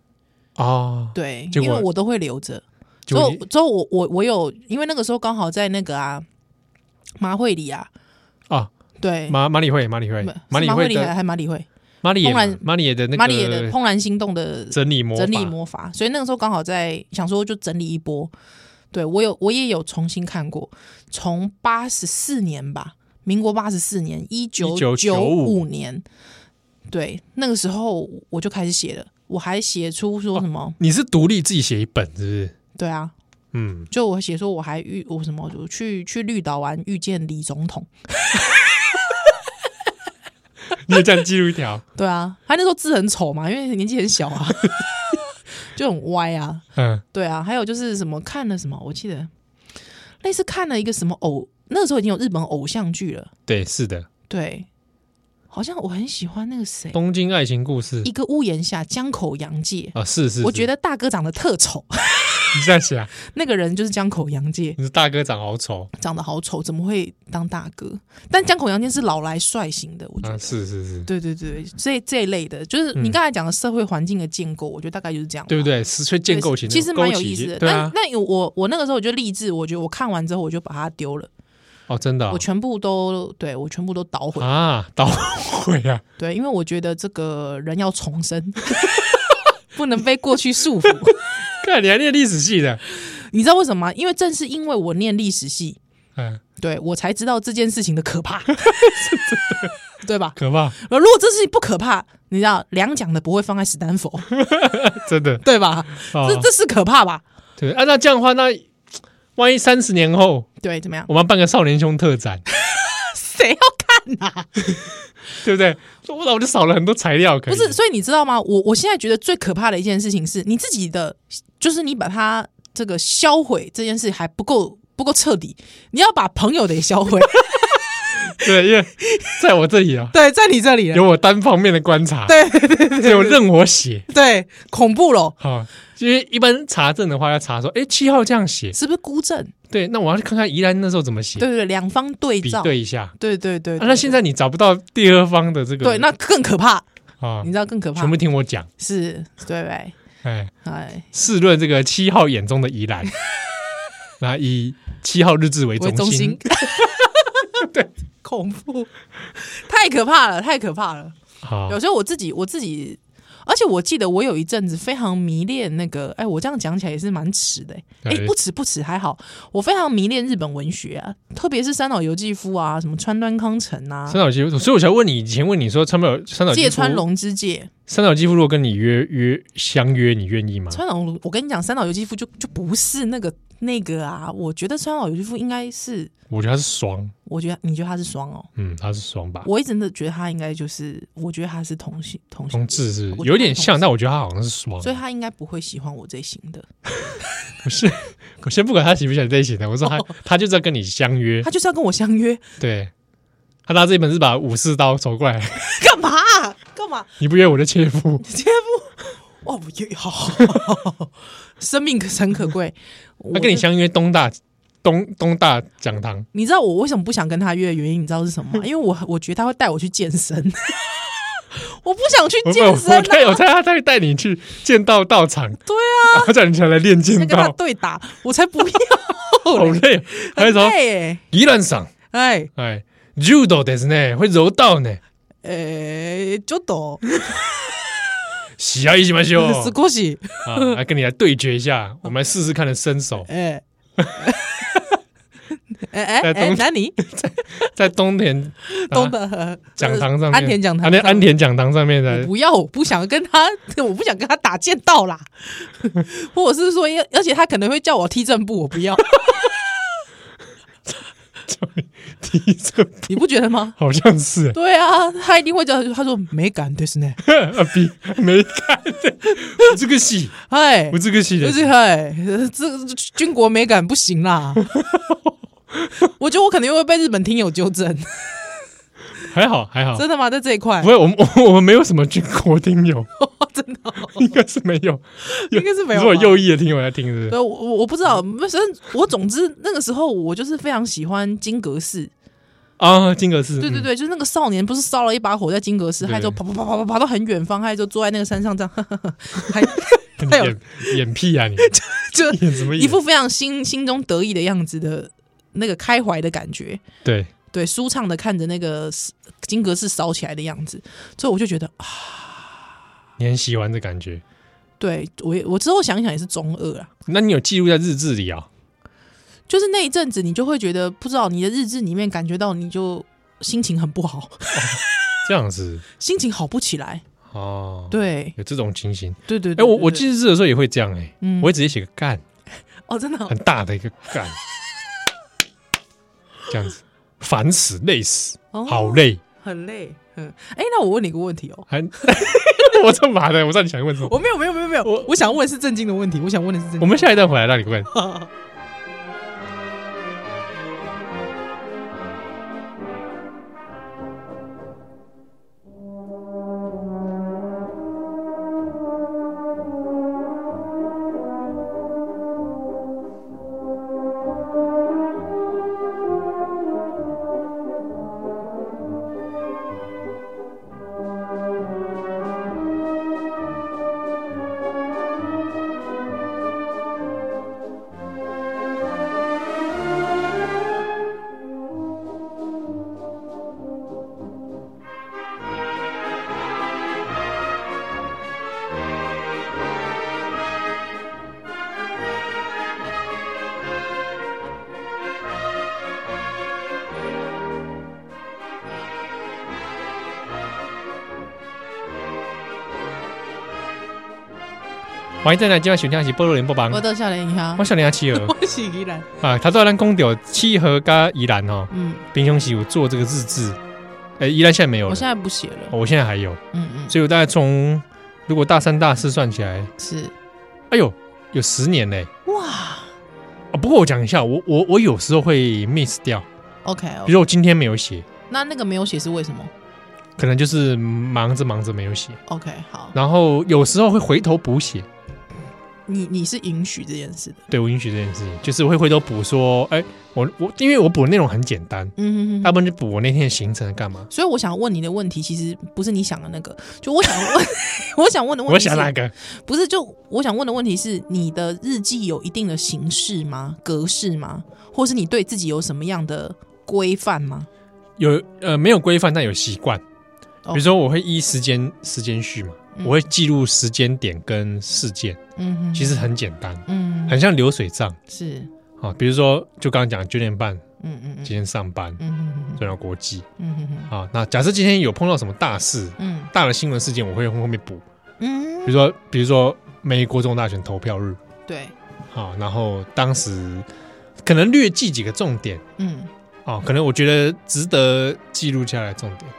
哦，
对，
结
因
果
为我都会留着。之
就
后之后我我我有，因为那个时候刚好在那个啊马会里啊，
啊，
对，
马马里会，马里会
不是，
马里
会
会
里还
的
还马里会，
马里
怦然
也马里也的那
马里也的
个
怦然心动的
整理魔法
整理魔法，所以那个时候刚好在想说就整理一波。对我有我也有重新看过，从八十四年吧，民国八十四年一九九
1995
五年，对那个时候我就开始写了，我还写出说什么、
你是独立自己写一本，是不是？
对啊，
嗯，
就我写说我还遇我什么，我去去绿岛玩遇见李总统，
你也这样记录一 条，
对啊，他那时候字很丑嘛，因为年纪很小啊， 就很歪啊，
嗯，
对啊，还有就是什么看了什么，我记得类似看了一个什么偶，那个时候已经有日本偶像剧了，
对，是的，
对，好像我很喜欢那个谁，
《东京爱情故事
一》个屋檐下江口洋介，
啊，是是，
我觉
得
得大哥长得特丑，
你这样写啊，
那个人就是江口洋介，
你是大哥长好丑
长得好丑，怎么会当大哥？但江口洋介是老来帅型的，我觉得。
啊，是是是，
对对对，这这一类的，就是
嗯
你刚才讲的社会环境的建构，我觉得大概就是这样吧，
对不对？是所以建构起
对
那
其实蛮
勾
有
起
意思的。
对啊，
那那我我那个时候我就励志，我觉得我看完之后我就把它丢了，
哦，真的哦
我全部都对我全部都捣毁，
啊，捣毁啊！
对，因为我觉得这个人要重生， 不能被过去 束缚。
看你还念历史系的，
你知道为什么吗？因为正是因为我念历史系，
嗯，
对我才知道这件事情的 可怕，对吧？
可怕，
如果这事情不可怕，你知道两讲的不会放在史丹佛，
真的。
对吧？
哦
这这是可怕吧？
对啊，那这样的话，那万一三十年后
对，怎么样？
我们办个少年兄特展，
谁要看啊？
对不对？我那我就少了很多材料，可以
不是，所以你知道吗？我我现在觉得最可怕的一件事情是你自己的，就是你把它这个销毁这件事还不够不够彻底，你要把朋友的也销毁。
对，因为在我这里啊，
对，在你这里
有
了，
我单方面的观察，
对对对
只有任我写。
对，恐怖咯，
好，因为一般查证的话要查说，哎，七号这样写，
是不是孤证？
对，那我要去看看宜兰那时候怎么写
对，对对，两方对
比
照，
对一下。
对对对
啊，那现在你找不到第二方的这个，
对，那更可怕，
啊
你，知道更可怕
全部听我讲，
是，对不对？
哎，
哎，
试论这个七号眼中的宜 兰，那以七号日志为
为
中
中
心
心，对， 恐怖，太可怕了，太可怕了。
好
有时候我自己我自己，而且我记得我有一阵子非常迷恋那个，哎，我这样讲起来也是蛮迟的、哎、
对
不迟不迟，还好，我非常迷恋日本文学啊，特别是三岛由纪夫啊，什么川端康成啊
三，岛由纪夫，所以我才问你，以前问你说川岛三岛
芥
由
川
纪夫，
龙之介，
三岛由纪夫如果跟你约约相约，你愿意吗？
川岛龙，我跟你讲，三岛由纪夫就就不是那个那个啊，我觉得川岛由纪夫应该是，
我觉得他是双，
我觉得你觉得他是双哦，
嗯，他是双吧，
我一直都觉得他应该就是，我觉得他是同性同性
同，志是不是
我觉得
有点像，
他同志
但我觉得他好像是双
所。以他应该不会喜欢我这型的，
不是，我先不管他喜不喜欢在一起的，我说他他就是要跟你相约
哦他，就是要跟我相约，
对。他拿这一本是把武士刀走过来，
干嘛啊干嘛？
你不约我就切腹。
切腹！哇，我也好，好好好生命可诚可贵。
他
我
跟你，相约东大东东大讲堂，
你知道我为什么不想跟他约的原因，你知道是什么吗？因为我我觉得他会带我去健身，我不想去
我
健身、
我我猜我
啊，
猜他带带你去剑道道场，对啊，他叫你起来练
要
剑
跟他
道，
对打，我才不要
好
嘞，
累。还有什么
很累
宜兰赏，
哎
哎，judo 的呢，会柔道呢，
哎，就懂，
喜要一起嘛修
是过去，
啊，来跟你来对决一 下，我们来试试看的身手，
哎。哎哎
在
哎，
东
哪里？
在东田
东
啊
的
讲堂上面，
安田讲堂
安
上，
田安田讲堂上面
我
的，
不要，我不想跟他， 我不想跟他打剑道啦， 或者是说，因为而且他可能会叫我踢正步，我不要，
第一次
你不觉得吗？
好像是
对啊，他一定会叫，他说没感对是呢，
啊，比没看的，我这个戏，
哎
我，这个戏的
不，是哎，这这军国美感不行啦。我觉得我肯定会被日本听友纠正，
还好还好，
真的吗？在这一块
不，会，我们我们没有什么军国听友，
真的哦，
应该是没有，
应该是没有
如果
吧
右翼的听友在听，是不是？
对我我我不知道，反正我总之那个时候我就是非常喜欢金格士，
啊，金格是，
对对
嗯，
对，就是那个少年不是烧了一把火在金格士，
对
他就跑跑跑跑跑跑到很远方，他就坐在那个山上这样， 呵呵呵还他有
眼眼嗯屁啊你，
就
演什么
一
演？
副非常心心中得意的样子的那个开怀的感觉，
对，
对，舒畅的看着那个金格士烧起来的样子，所以我就觉得，啊
你很喜欢这感觉，
对我也我之后想一想也是中二啊，
那你有记录在日志里啊？
就是那一阵子你就会觉得不知道你的日志里面感觉到你就心情很不好，
这样子
心情好不起来，
哦，，
对
有这种情形。
对对
哎，
对，
我
对
我
对
记日志的时候也会这样，哎，
嗯
我会直接写个干，
哦真的哦
很大的一个 干，这样子，烦死，累死，
哦
好累，
很累，嗯，哎，那我问你个问题哦。
还 我这嘛的，我知道你想问什么。
我没有没有没有没有，我我想问的是正经的问题，我想问的是正
我
经。
们下一段回来让你问。欢迎再来，今晚选听的是菠萝连播帮，
我到笑脸一下
我，小林阿企鹅
我是依然，
啊，他都咱讲到七和跟宜兰哦，
嗯，
平常时有做这个日志，哎、宜兰现在没有
我
了，
现在不写了，
哦我现在还有，
嗯嗯，
所以我大概从如果大三大四算起来，
是
哎呦，有十年嘞、
哇
啊，不过我讲一下，我我我有时候会 miss 掉，
哦，OK，
比如我今天没有写，
那那个没有写是为什么
可能就是忙着忙着没有写，
？OK，好，
然后有时候会回头补写，
你你是允许这件事的，
对我允许这件事情，就是我会回头补说，哎、我我因为我补的内容很简单，
嗯哼
大
哼。
部分就补我那天的行程干嘛，
所以我想问你的问题，其实不是你想的那个，就我想问， 我想问的问
我
题是，
想哪个？
不是就我想问的问题是，你的日记有一定的形式吗？格式吗？或是你对自己有什么样的规范吗？
有呃没有规范，但有习惯。比
哦
如说，我会依时间时间序嘛，
嗯
我会记录时间点跟事件，
嗯哼，
其实很简单，
嗯，
很像流水账
是，
啊。比如说，就刚刚讲九点半
嗯嗯嗯
今天上班，
嗯嗯嗯
转到国际
嗯
啊。那假设今天有碰到什么大事、
嗯
大的新闻事件，我会从后面补。
嗯
比如说，比如说美国总统大选投票日
对，
啊，然后当时可能略记几个重点
嗯，
啊，可能我觉得值得记录下来的重点，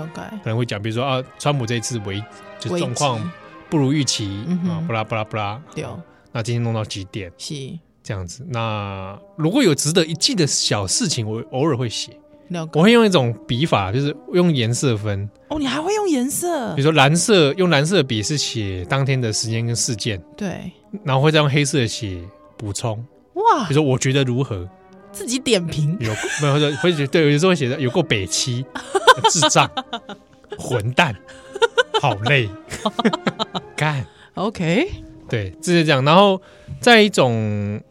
了解。
可能会讲，比如说啊，川普这一次危就是状况嗯不如预期、
嗯哼
啊，不啦不啦不啦。
有
那今天弄到几点？
是
这样子。那如果有值得一记的小事情，我偶尔会写，
了解
我会用一种笔法，就是用颜色分，
哦，你还会用颜色
比如？说蓝色，用蓝色笔是写当天的时间跟事件，
对，
然后会再用黑色写补充，
哇
比如，说我觉得如何，
自己点评，
有 没 有或者会写对，有时候会写的有够北七、智障、混蛋好累， 干。
OK，
对，就是这样。然后再一种，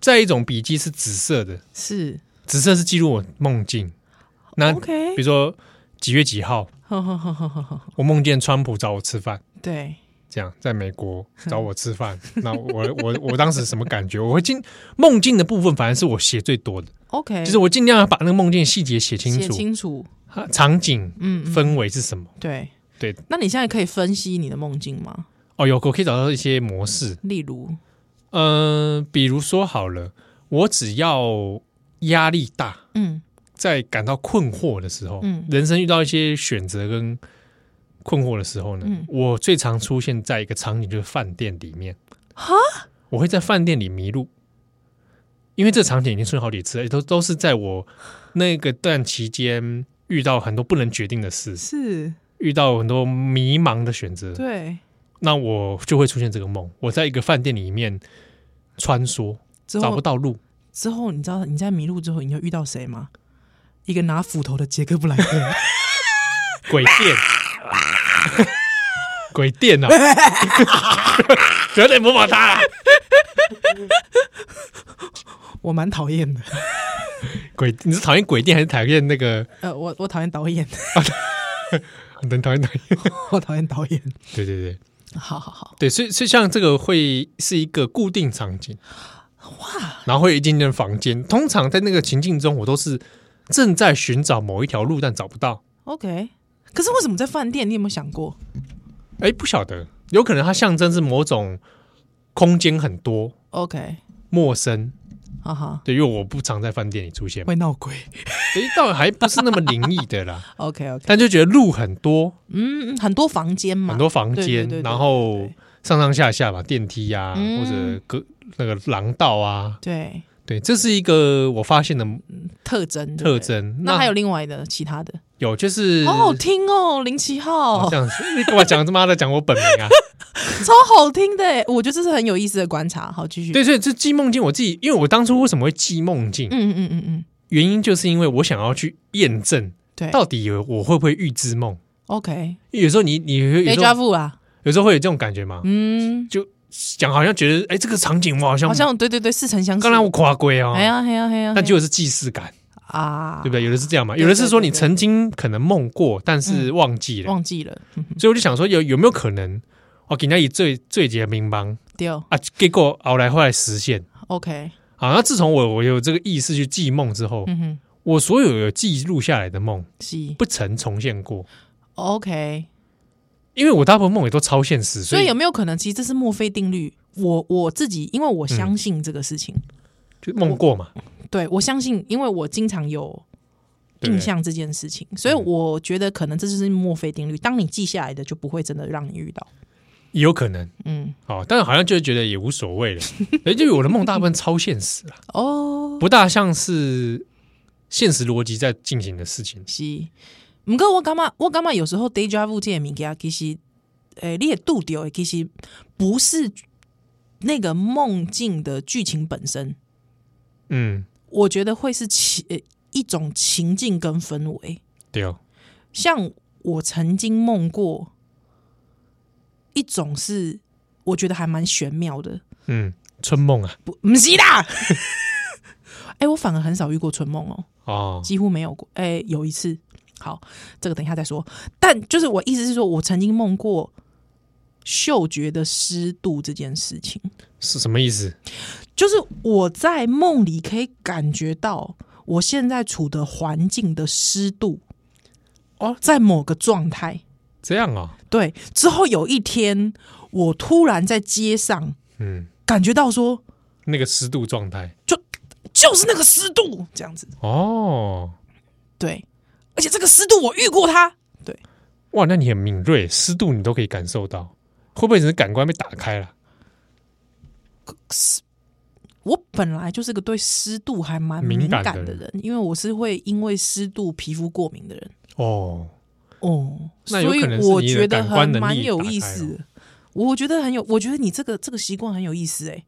再一种笔记是紫色的，
是
紫色是记录我梦境。那比
哦 OK，
如说几月几号，
呵呵呵呵呵呵
我梦见川普找我吃饭，
对，
这样在美国找我吃饭。那我我我当时什么感觉？我会进梦境的部分，反而是我写最多的，
OK，
就是我尽量把那个梦境细节写清
写
楚，
清楚，
啊场景、
嗯，嗯
氛围是什么。
对
对。
那你现在可以分析你的梦境吗？
哦，有我可以找到一些模式。
例如，
嗯、比如说好了，我只要压力大，
嗯
在感到困惑的时候，
嗯
人生遇到一些选择跟困惑的时候呢，
嗯
我最常出现在一个场景就是饭店里面。我会在饭店里迷路，因为这场景已经出现好几次了，也都都是在我那个段期间遇到很多不能决定的事，
是
遇到很多迷茫的选择，
对，
那我就会出现这个梦。我在一个饭店里面穿梭，
之
找不
后
到路。
之后，你知道你在迷路之后，你会遇到谁吗？一个拿斧头的杰克布莱克，
鬼店， 鬼店啊！ 不要再模仿他了，
我蛮讨厌的。
鬼，你是讨厌鬼店还是讨厌那个？
呃，我我讨厌导演，
很讨厌讨厌。
我讨厌导演。
对对对
好好好，
对，所以所以像这个会是一个固定场景，哇！然后会有一间间房间，通常在那个情境中，我都是正在寻找某一条路，但找不到。
OK。可是为什么在饭店？你有没有想过？
哎，不晓得，有可能它象征是某种空间很多、
OK，
陌生。
哈哈，
对，因为我不常在饭店里出现嘛，
会闹鬼。
所以倒还不是那么灵异的啦。
OK OK，
但就觉得路很多，
嗯，很多房间嘛，
很多房
对对
间
对对，
然后
对
上上下下嘛，电梯呀、
嗯
或者隔那个廊道啊，
对
对，这是一个我发现的
特征
特。
对不对
征。
那还有另外的其他的，
有就是
好好听哦，林奇
哦
浩
这，样子，你干嘛讲他妈的讲我本名啊？
超好听的耶，我觉得这是很有意思的观察。好，继续。
对，所以这记梦境，我自己因为我当初为什么会记梦境，
嗯嗯嗯嗯，
原因就是因为我想要去验证
对
到底有我会不会预知梦。
，OK，
因为有时候你你有
雷
有时
抓
候
布啊，
有时候会有这种感觉嘛，
嗯，
讲好像觉得哎这个场景我好像
好像对对对，似曾相识。
刚才我跨过哦
哎，呀，哎呀，哎呀，
但就是既视感。
啊，
对不对？有的是这样嘛，
对
有的是说你
对对
曾经可能梦过，但是忘记了，
忘记了，嗯哼
所以我就想说有有没有可能，我给人家以最最杰名帮
丢
啊，结果后来后来实现
OK，
啊。那自从我我有这个意识去记梦之后，
嗯哼，
我所有有记录下来的梦
是
不曾重现过，
OK。
因为我大部分梦也都超现实，
所
所
以
以
有没有可能，其实这是墨菲定律？我我自己，因为我相信这个事情，
就梦过嘛，
对我相信，因为我经常有
对不对
印象这件事情，所以我觉得可能这就是墨菲定律。当你记下来的，就不会真的让你遇到。
也有可能
嗯，
哦，但是好像就会觉得也无所 谓了，也就我的梦大部分超现实啊了，
哦，
不大像是现实逻辑在进行的事情。
是。不过我感觉，我感觉有时候 day drive 这些物件，其实，诶、你也度掉，其实不是那个梦境的剧情本身，
嗯，
我觉得会是情、呃一种情境跟氛围。
对哦，
像我曾经梦过一种是，我觉得还蛮玄妙的，
嗯，春梦啊。
不，不是啦。 哎、我反而很少遇过春梦哦，
哦，
几乎没有过。哎、有一次，好，这个等一下再说。但就是我意思是说，我曾经梦过嗅觉的湿度这件事情，
是什么意思？
就是我在梦里可以感觉到我现在处的环境的湿度
哦，
在某个状态。
这样哦，
对，之后有一天，我突然在街上
嗯，
感觉到说，
那个湿度状态
就是那个湿度这样子。
哦，
对，而且这个湿度我遇过它。
哇，那你很敏锐，湿度你都可以感受到，会不会只是感官被打开了？
我本来就是个对湿度还蛮
敏
敏
感
感
的
的人，因为我是会因为湿度皮肤过敏的人。
哦，
哦，
那有
所以
可能是
我
你的
觉得
感官
很
能
蛮
力
有
打
意
开哦
思
了
的。我觉得很有，我觉得你这个这个习惯很有意思哎、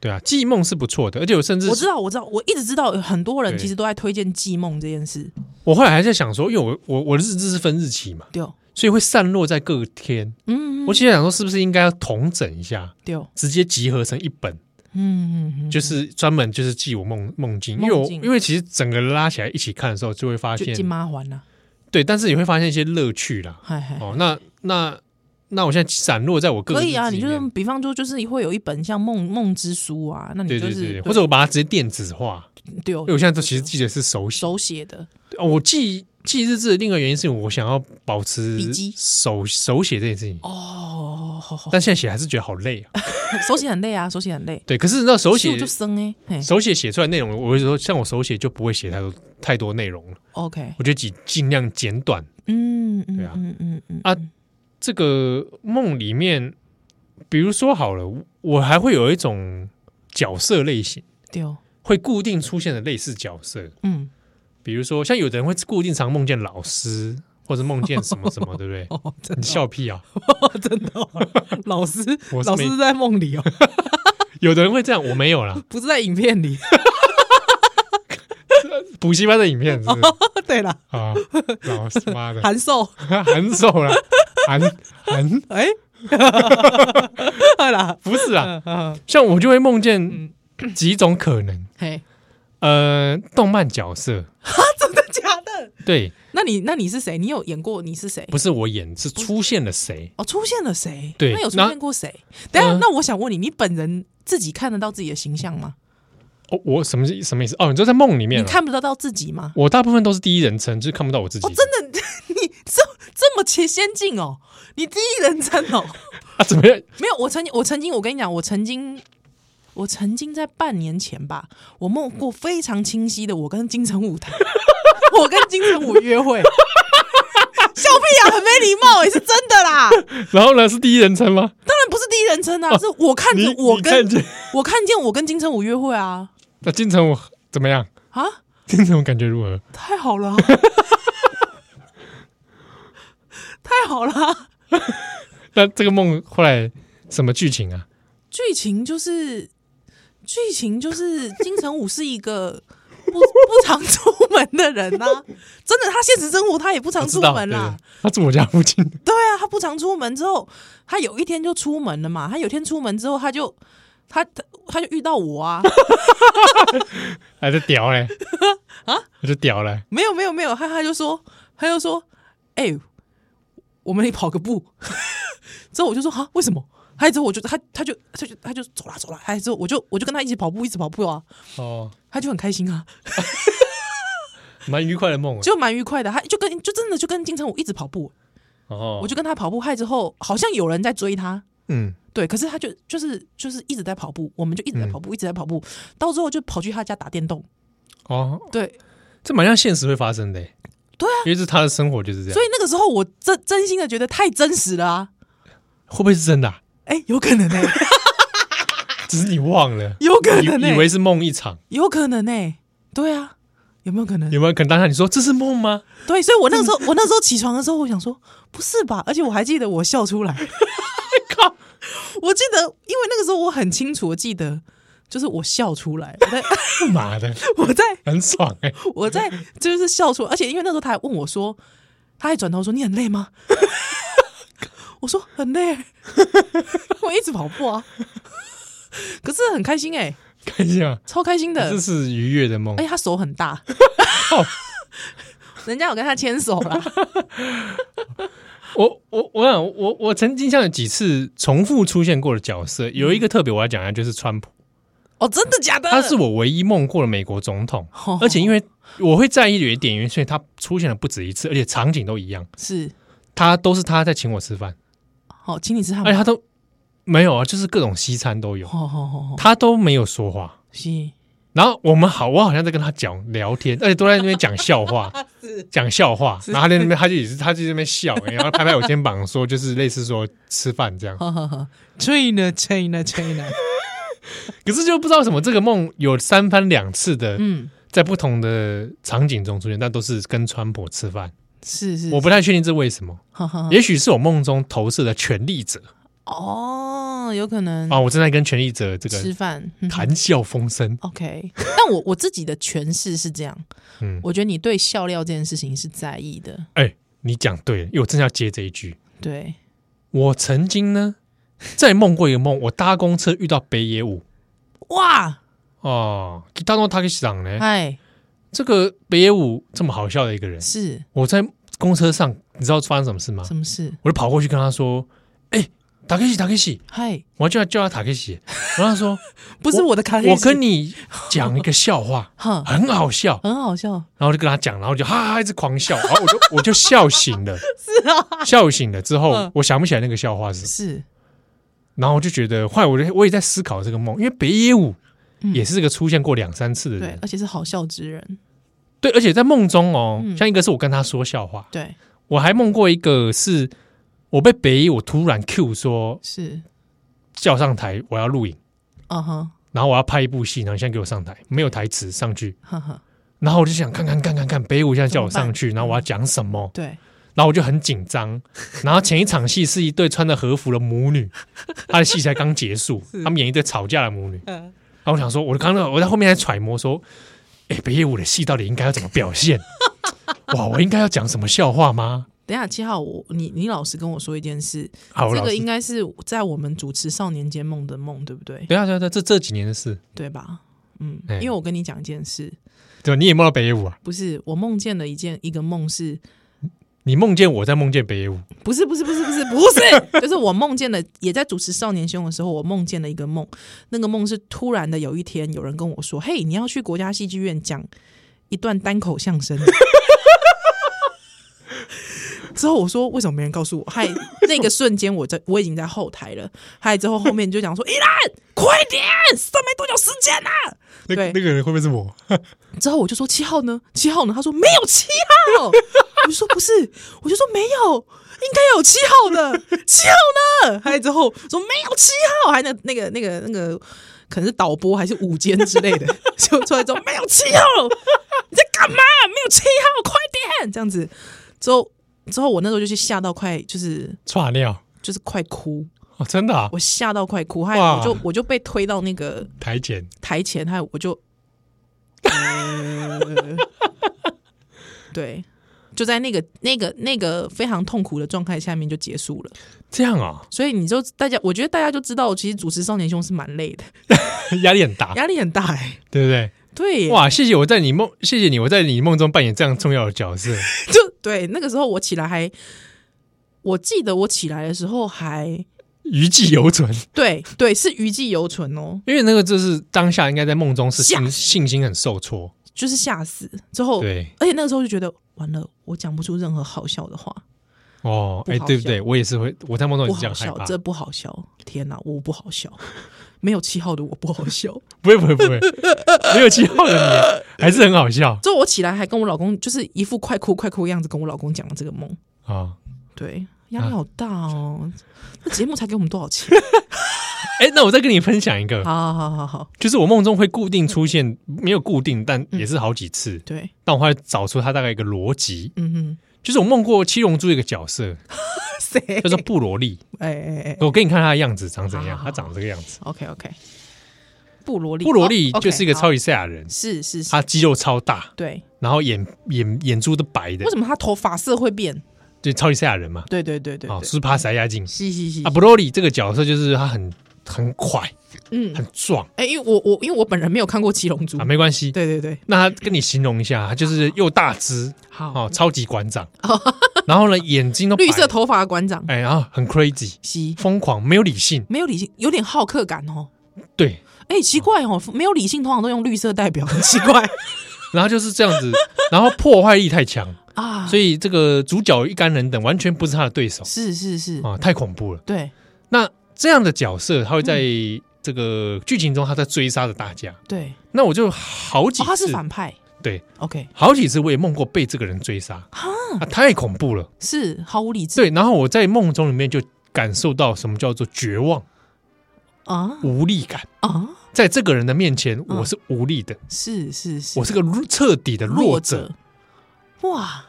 对啊，记忆梦是不错的，而且我甚至
我知道，我知道，我一直知道很多人
对
其实都在推荐记梦这件事。
我后来还在想说，因为我我我的日志是分日期嘛，
对哦，
所以会散落在各天。
嗯，
我其实想说，是不是应该要统整一下，
丢，
直接集合成一本，
嗯嗯嗯，
就是专门就是记我梦梦境，因为
梦
我
境
因为其实整个拉起来一起看的时候，就会发
就
现
金妈环啦，
对，但是也会发现一些乐趣啦。
嗨嗨，
哦，那那那我现在散落在我个人
可以啊，
日
你
记
就
里
是
面
比方说，就是会有一本像梦梦之书啊，那你
对
就
对
是
对，对或者我把它直接电子化，
丢
因为我现在都其实记得是手写。
手写的，
哦我记记日志的另一个原因是我想要保持
笔记
手手写这件事情，
哦，好好
但现在写还是觉得好累啊。
手写很累啊，手写很累，
对，可是那手写
咻就生哎，嘿
手写写出来内容，我会说像我手写就不会写太多太多内容了，
，OK，
我觉得尽尽量简短。
嗯
对
嗯
啊
嗯嗯嗯，
啊这个梦里面，比如说好了，我我还会有一种角色类型，
丢，
会固定出现的类似角色，
嗯，
比如说像有的人会固定常梦见老师，或者梦见什么什 么，对不对？
哦，真
你笑屁啊！
真的哦，老师
我是
老
没
师是在梦里哦，
有的人会这样，我没有啦。
不是在影片里。
补习班的影片 是不是
对了，
啊，老师妈的，
函授，
寒瘦啦，寒寒
哎， 啦，
不是啊，
嗯
像我就会梦见几种可能，
嘿，
呃，动漫角色，
啊真的假的？
对，
那你那你是谁？你有演过你是谁？
不是我演，是出现了谁？
哦，出现了谁？
对
那有出
那
现过谁？等一下，
嗯
那呃我想问你，你本人自己看得到自己的形象吗？
哦，我什么什么意思？哦，你就在梦里面啊，
你看不得到自己吗？
我大部分都是第一人称，就是看不到我自己
哦，。真的， 你这这么前先进哦，你第一人称哦，
啊，怎么样？
没有，我曾经，我曾经，我跟你讲，我曾经，我曾经在半年前吧，我梦过非常清晰的，我跟金城武谈， 我跟金城武 约会，笑屁啊，很没礼貌，也是真的啦。当
然后呢，是第一人称吗？
然不是第一人称啊，是我看
哦你
着我
你
跟
看见
我看见我跟金城武约会啊
那金城武怎么样？
啊，
金城武感觉如何？
太 好了啊、太好了啊、
那这个梦后来什么剧情啊？
剧情就是剧情就是金城武是一个 不不常出门的人呐、真的，他现实生活他也不常
我知
出
道，
门
对
啦。，
对他住我家附近。
对啊，他不常出门之后，他有一天就出门了嘛。他有一天出门之后，他就他他他就遇到我啊，
还是屌嘞啊，我就屌嘞，
没有没有没有，他他就说他就说，哎、我们得跑个步。 之后我就说哈，为什么？还之后我就他他就他就他就走啦走啦，还之后我就我就跟他一起跑步，一直跑步啊，
哦，
他就很开心啊。
蛮愉快的梦啊，
就蛮愉快的。他就跟就真的就跟金城武一直跑步，
哦，
我就跟他跑步。害之后，好像有人在追他，
嗯，
对，可是他就就是就是一直在跑步，我们就一直在跑步，一直在跑步，到最后就跑去他家打电动。
哦，
对，
这蛮像现实会发生的欸，
对啊
因为是他的生活就是这样
所，以那个时候我真真心的觉得太真实了啊！
会不会是真的啊？
哎、有可能呢、
只是你忘了，
有可能呢、
以以为是梦一场，
有可能呢、对啊，有没有可能？
有没有可能当下你说这是梦吗？
对，所以我那个时候，我那时候起床的时候，我想说，不是吧？而且我还记得我笑出 来，
靠，
我记得，因为那个时候我很清楚，我记得就是我笑出来，我在
妈的，
我在
很爽哎，
我在就是笑出来，而且因为那时候他还问我说，他还转头说你很累吗？ 我说很累，我一直跑步啊，可是很开心哎、
看一下，
超开心的
这，是愉悦的梦
而且，他手很大，人家有跟他牵手啦，
我我我想我我曾经像有几次重复出现过的角色，有一个特别我要讲一下，就是川普。
哦，真的假的？，
他是我唯一梦过的美国总统而且因为我会在意的一点，因为所以他出现了不止一次，而且场景都一样，
是
他都是他在请我吃饭，
好，请你吃汉
而且他
堡，
都没有啊，就是各种西餐都有，
好好好好，
他都没有说话。
是
然后我们好，我好像在跟他讲聊天，而且都在那边讲笑话，讲笑话。然后他在那边，他就也是他就在那边笑，然后拍拍我肩膀说，就是类似说吃饭这样。
好好好，China China China，
可是就不知道为什么这个梦有三番两次的
嗯，
在不同的场景中出现，但都是跟川普吃饭。
是是，嗯
我不太确定这为什么，
哈哈
也许是我梦中投射的权力者
哦，有可能
啊，我正在跟权力者这
吃
个
饭，嗯
谈笑风生。
OK，但 我我自己的诠释是这样，
嗯
我觉得你对笑料这件事情是在意的，
哎，你讲对了，因为我正要接这一句。
对，
我曾经呢，在梦过一个梦，我搭公车遇到北野武
哇，
哦，大诺他给长呢，
哎，
这个北野武这么好笑的一个人，
是
我在公车上，你知道发生什么事吗？
什么事？
我就跑过去跟他说：“哎、塔克西，塔克西，
嗨，
我就要叫他塔克西。”然后他说
不是我的卡：“ ，
我跟你讲一个笑话，
哼，
很好笑。”
很好笑，
然后就跟他讲，然后就哈哈哈一直狂笑，然后我就我就笑醒了，
是啊，
笑醒了之后
嗯，
我想不起来那个笑话是什么，
是
然后我就觉得，后来我就我也在思考这个梦，因为北野武
嗯
也是个出现过两三次的
对
人，，
而且是好笑之人，
对，而且在梦中哦，
嗯
像一个是我跟他说笑话，
对，
我还梦过一个是我被北野武突然 Q 说
是，
叫上台，我要录影，
嗯哼，
然后我要拍一部戏，然后你现在给我上台，没有台词上去，
哈哈，
然后我就想看看看看看北野武现在叫我上去，
怎么办
然后我要讲什么，
对，
然后我就很紧张。然后前一场戏是一对穿着和服的母女，她的戏才刚结束，
是
他们演一对吵架的母女。
嗯，
然后我想说，我刚刚我在后面在揣摩说，哎，北野武的戏到底应该要怎么表 现？哇，我应该要讲什么笑话吗？
等一下七号，我你你老实跟我说一件事，
好，我
这
老
个
师
应，该是在我们主持《少年节梦》的梦，对不对？
对啊对啊对啊，这这几年的事，
对吧？嗯，
哎
因为我跟你讲一件事，
对吧？你也梦到北野武啊？
不是我梦见了一件一个梦是，
你梦见我在梦见北野武，
不是不是不是不是不是， 就是我梦见了，也在主持《少年凶》的时候，我梦见了一个梦，那个梦是突然的有一天有人跟我说：“嘿，你要去国家戏剧院讲一段单口相声。” 之后我说为什么没人告诉我？嗨，那个瞬间我在我已经在后台了。嗨，之后后面就讲说：“依兰，快点，剩没多久时间啦、
那
对
那个人会不会是我？
之后我就说七号呢？七号呢？他说没有七号。我就说不是，我就说没有，应该有七号的。七号呢？还之后说没有七号，还那那个那个那个，可能是导播还是午间之类的， 就出来之后没有七号，你在干嘛？没有七号，快点！这样子之后之后，我那时候就是吓到快就是
差尿
就是快哭，
哦，真的啊，
我吓到快哭，还有
哇
我就我就被推到那个
台前
台前，还有我就，呃 对，就在那个那个那个非常痛苦的状态下面就结束了。
这样啊，
所以你就大家，我觉得大家就知道，其实主持少年凶是蛮累的，
压力很大，
压力很大哎、
对不对？
对耶，
啊哇，谢谢我在你梦，谢谢你我在你梦中扮演这样重要的角色。
就对，那个时候我起来还，我记得我起来的时候还，
余悸犹存，
对对，是余悸犹存哦，
因为那个就是当下应该在梦中是
吓哦
信信心很受挫，
就是吓死之后，
对
而且那个时候就觉得完了，我讲不出任何好笑的话，
哦，
不
哎、
好
对不对？我也是会，我在梦中也
不
是这样
好
害
笑，
怕，
这不好笑！天哪，我不好笑，没有七号的我不好笑。
不会不会不 会，没有七号的你还是很好笑
之后我起来还跟我老公，就是一副快哭快哭的样子，跟我老公讲了这个梦。
啊、
对，压力好大哦。那节目才给我们多少钱？
哎、那我再跟你分享一个，
好好好好好，
就是我梦中会固定出现，
嗯
没有固定，但也是好几次，
对，
但我后来找出它大概一个逻辑，
嗯
就是我梦过七龙珠一个角色
哼，谁
叫做布罗利，
哎哎哎
我给你看他的样子长怎样，
好好
他长这个样子。
，OK OK，布罗利，
布罗利
哦，OK，
就是一个
好
超级赛亚人，
是是是，
他肌肉超大，
对。
然后眼眼眼珠都白的
为，什么他头发色会变？
就超级赛亚人嘛，
对对对对
啊，
对，
是帕塞亚镜
嘻嘻嘻
啊，，布罗利这个角色就是他很很快，
嗯，
很壮
哎，因为我我因为我本人没有看过《七龙珠
啊，》，没关系。
对对对，
那他跟你形容一下，他就是又大只
好，哦
哦，超级馆长，然后呢眼睛都白
绿色，头发的馆长，
哎，然后很 crazy，
嘻，
疯狂，没有理性，
没有理性，有点好客感哦。
对，
哎、奇怪哦，没有理性通常都用绿色代表，很奇 怪
然后就是这样子，然后破坏力太强，
啊。
所以这个主角一干人等完全不是他的对手
是是是，
啊，太恐怖了。
对
那这样的角色，他会在
嗯
这个剧情中他在追杀着大家。
对，
那我就好几
哦，他是
次，
反派。
对，
OK，
好几次我也梦过被这个人追杀，啊，太恐怖了。
是毫无理智
对，然后我在梦中里面就感受到什么叫做绝望、
啊
无力感。
啊！
在这个人的面前，
嗯
我是无力的，
是是是，
我是个弱彻底的弱者，
哇！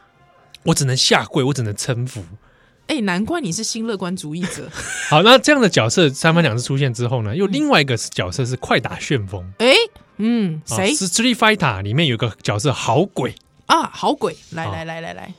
我只能下跪，我只能臣服。
哎、难怪你是新乐观主义 者。
好，那这样的角色三番两次出现之后呢，又另外一个角色是快打旋风，
哎、嗯，
啊
谁
是 Street Fighter》里面有一个角色好鬼，
啊？好鬼！来
啊
来来来来，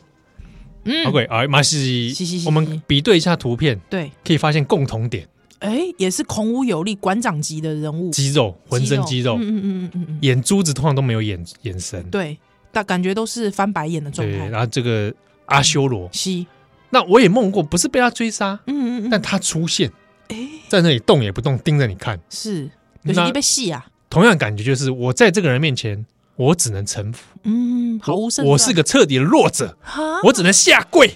嗯
OK，哎，马西
是是是
我们比对一下图片，
对，
可以发现共同点：
哎，也是孔武有力、馆长级的人物，
肌肉、浑身肌肉
嗯，嗯嗯嗯嗯
眼珠子通常都没有眼眼神
嗯，。对，但感觉都是翻白眼的状
对，
态。
然后这个阿修罗，
西，
那我也梦过，不是被他追杀，
嗯嗯嗯，
但他出现
哎
在那里动也不动，盯着你看。
是，有
那
些被戏啊，
同样感觉就是，我在这个人面前，我只能臣服，
嗯，毫无胜
我是
个
个彻底的弱者，
哈
我只能下跪，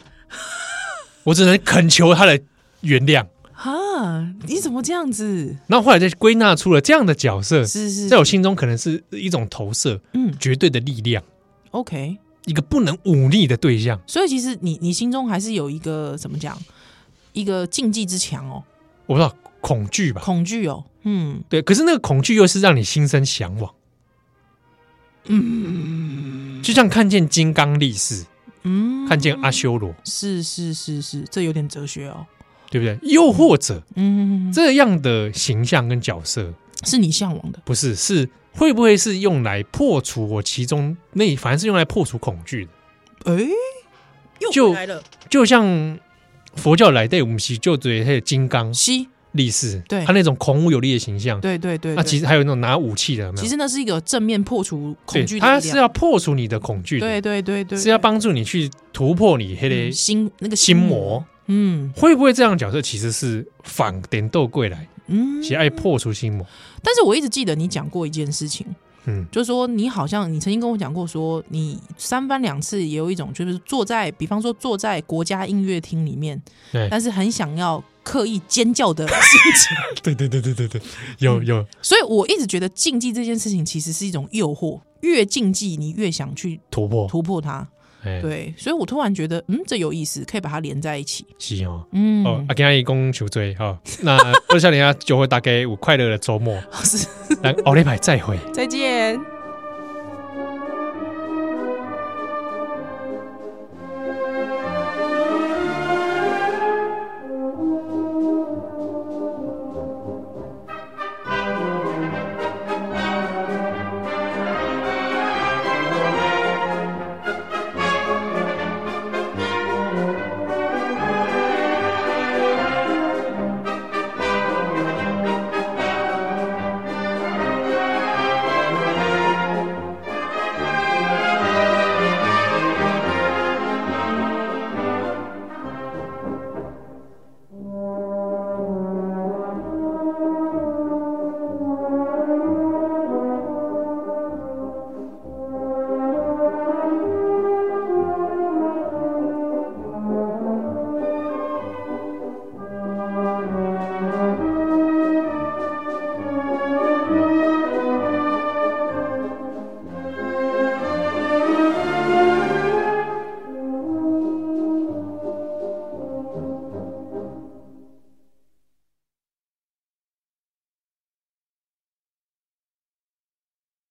我只能恳求他的原谅。
哈，你怎么这样子？
然后后来就归纳出了这样的角色，
是是，
在我心中可能是一种投射，
嗯
绝对的力量，
，OK。
一个不能忤逆的对象。
所以其实你你心中还是有一个怎么讲，一个禁忌之墙哦，
我不知道恐惧吧？
恐惧哦，嗯
对，可是那个恐惧又是让你心生向往，
嗯
就像看见金刚力士，
嗯
看见阿，修罗，
是是是是，这有点哲学哦，
对不对？又或者
嗯，
这样的形象跟角色，
是你向往的，
不是是会不会是用来破除我其中那反正是用来破除恐惧的？
哎，又
就
回来了，
就像佛教来对我们就对还有金刚
西，
力士，
对
他那种孔武有力的形象，
对对对，
那其
实
实还有那种拿武器的，有没有
其实那是一个正面破除恐惧
对
的
他
力
是
量，
要破除你的恐惧的，
对对对对，
是要帮助你去突破你黑
对
的
嗯心那个
心魔。，
嗯
会不会这样的角色其实是反点斗贵来，
嗯，
喜爱破除心魔？
但是我一直记得你讲过一件事情。
嗯，
就是说你好像你曾经跟我讲过说，你三番两次也有一种就是坐在，比方说坐在国家音乐厅里面，
对
但是很想要刻意尖叫的心情。
对对对对对对，
嗯
有有，
所以我一直觉得竞技这件事情其实是一种诱惑，越竞技你越想去
突破，
突破它。
哎，
对，所以我突然觉得，嗯，这有意思，可以把它连在一起。
是哦。
嗯，
哦，阿甘阿姨公求追哈，那 二少年啊，就会大家有快乐的周末，
是，
那奥利百再会。
再见。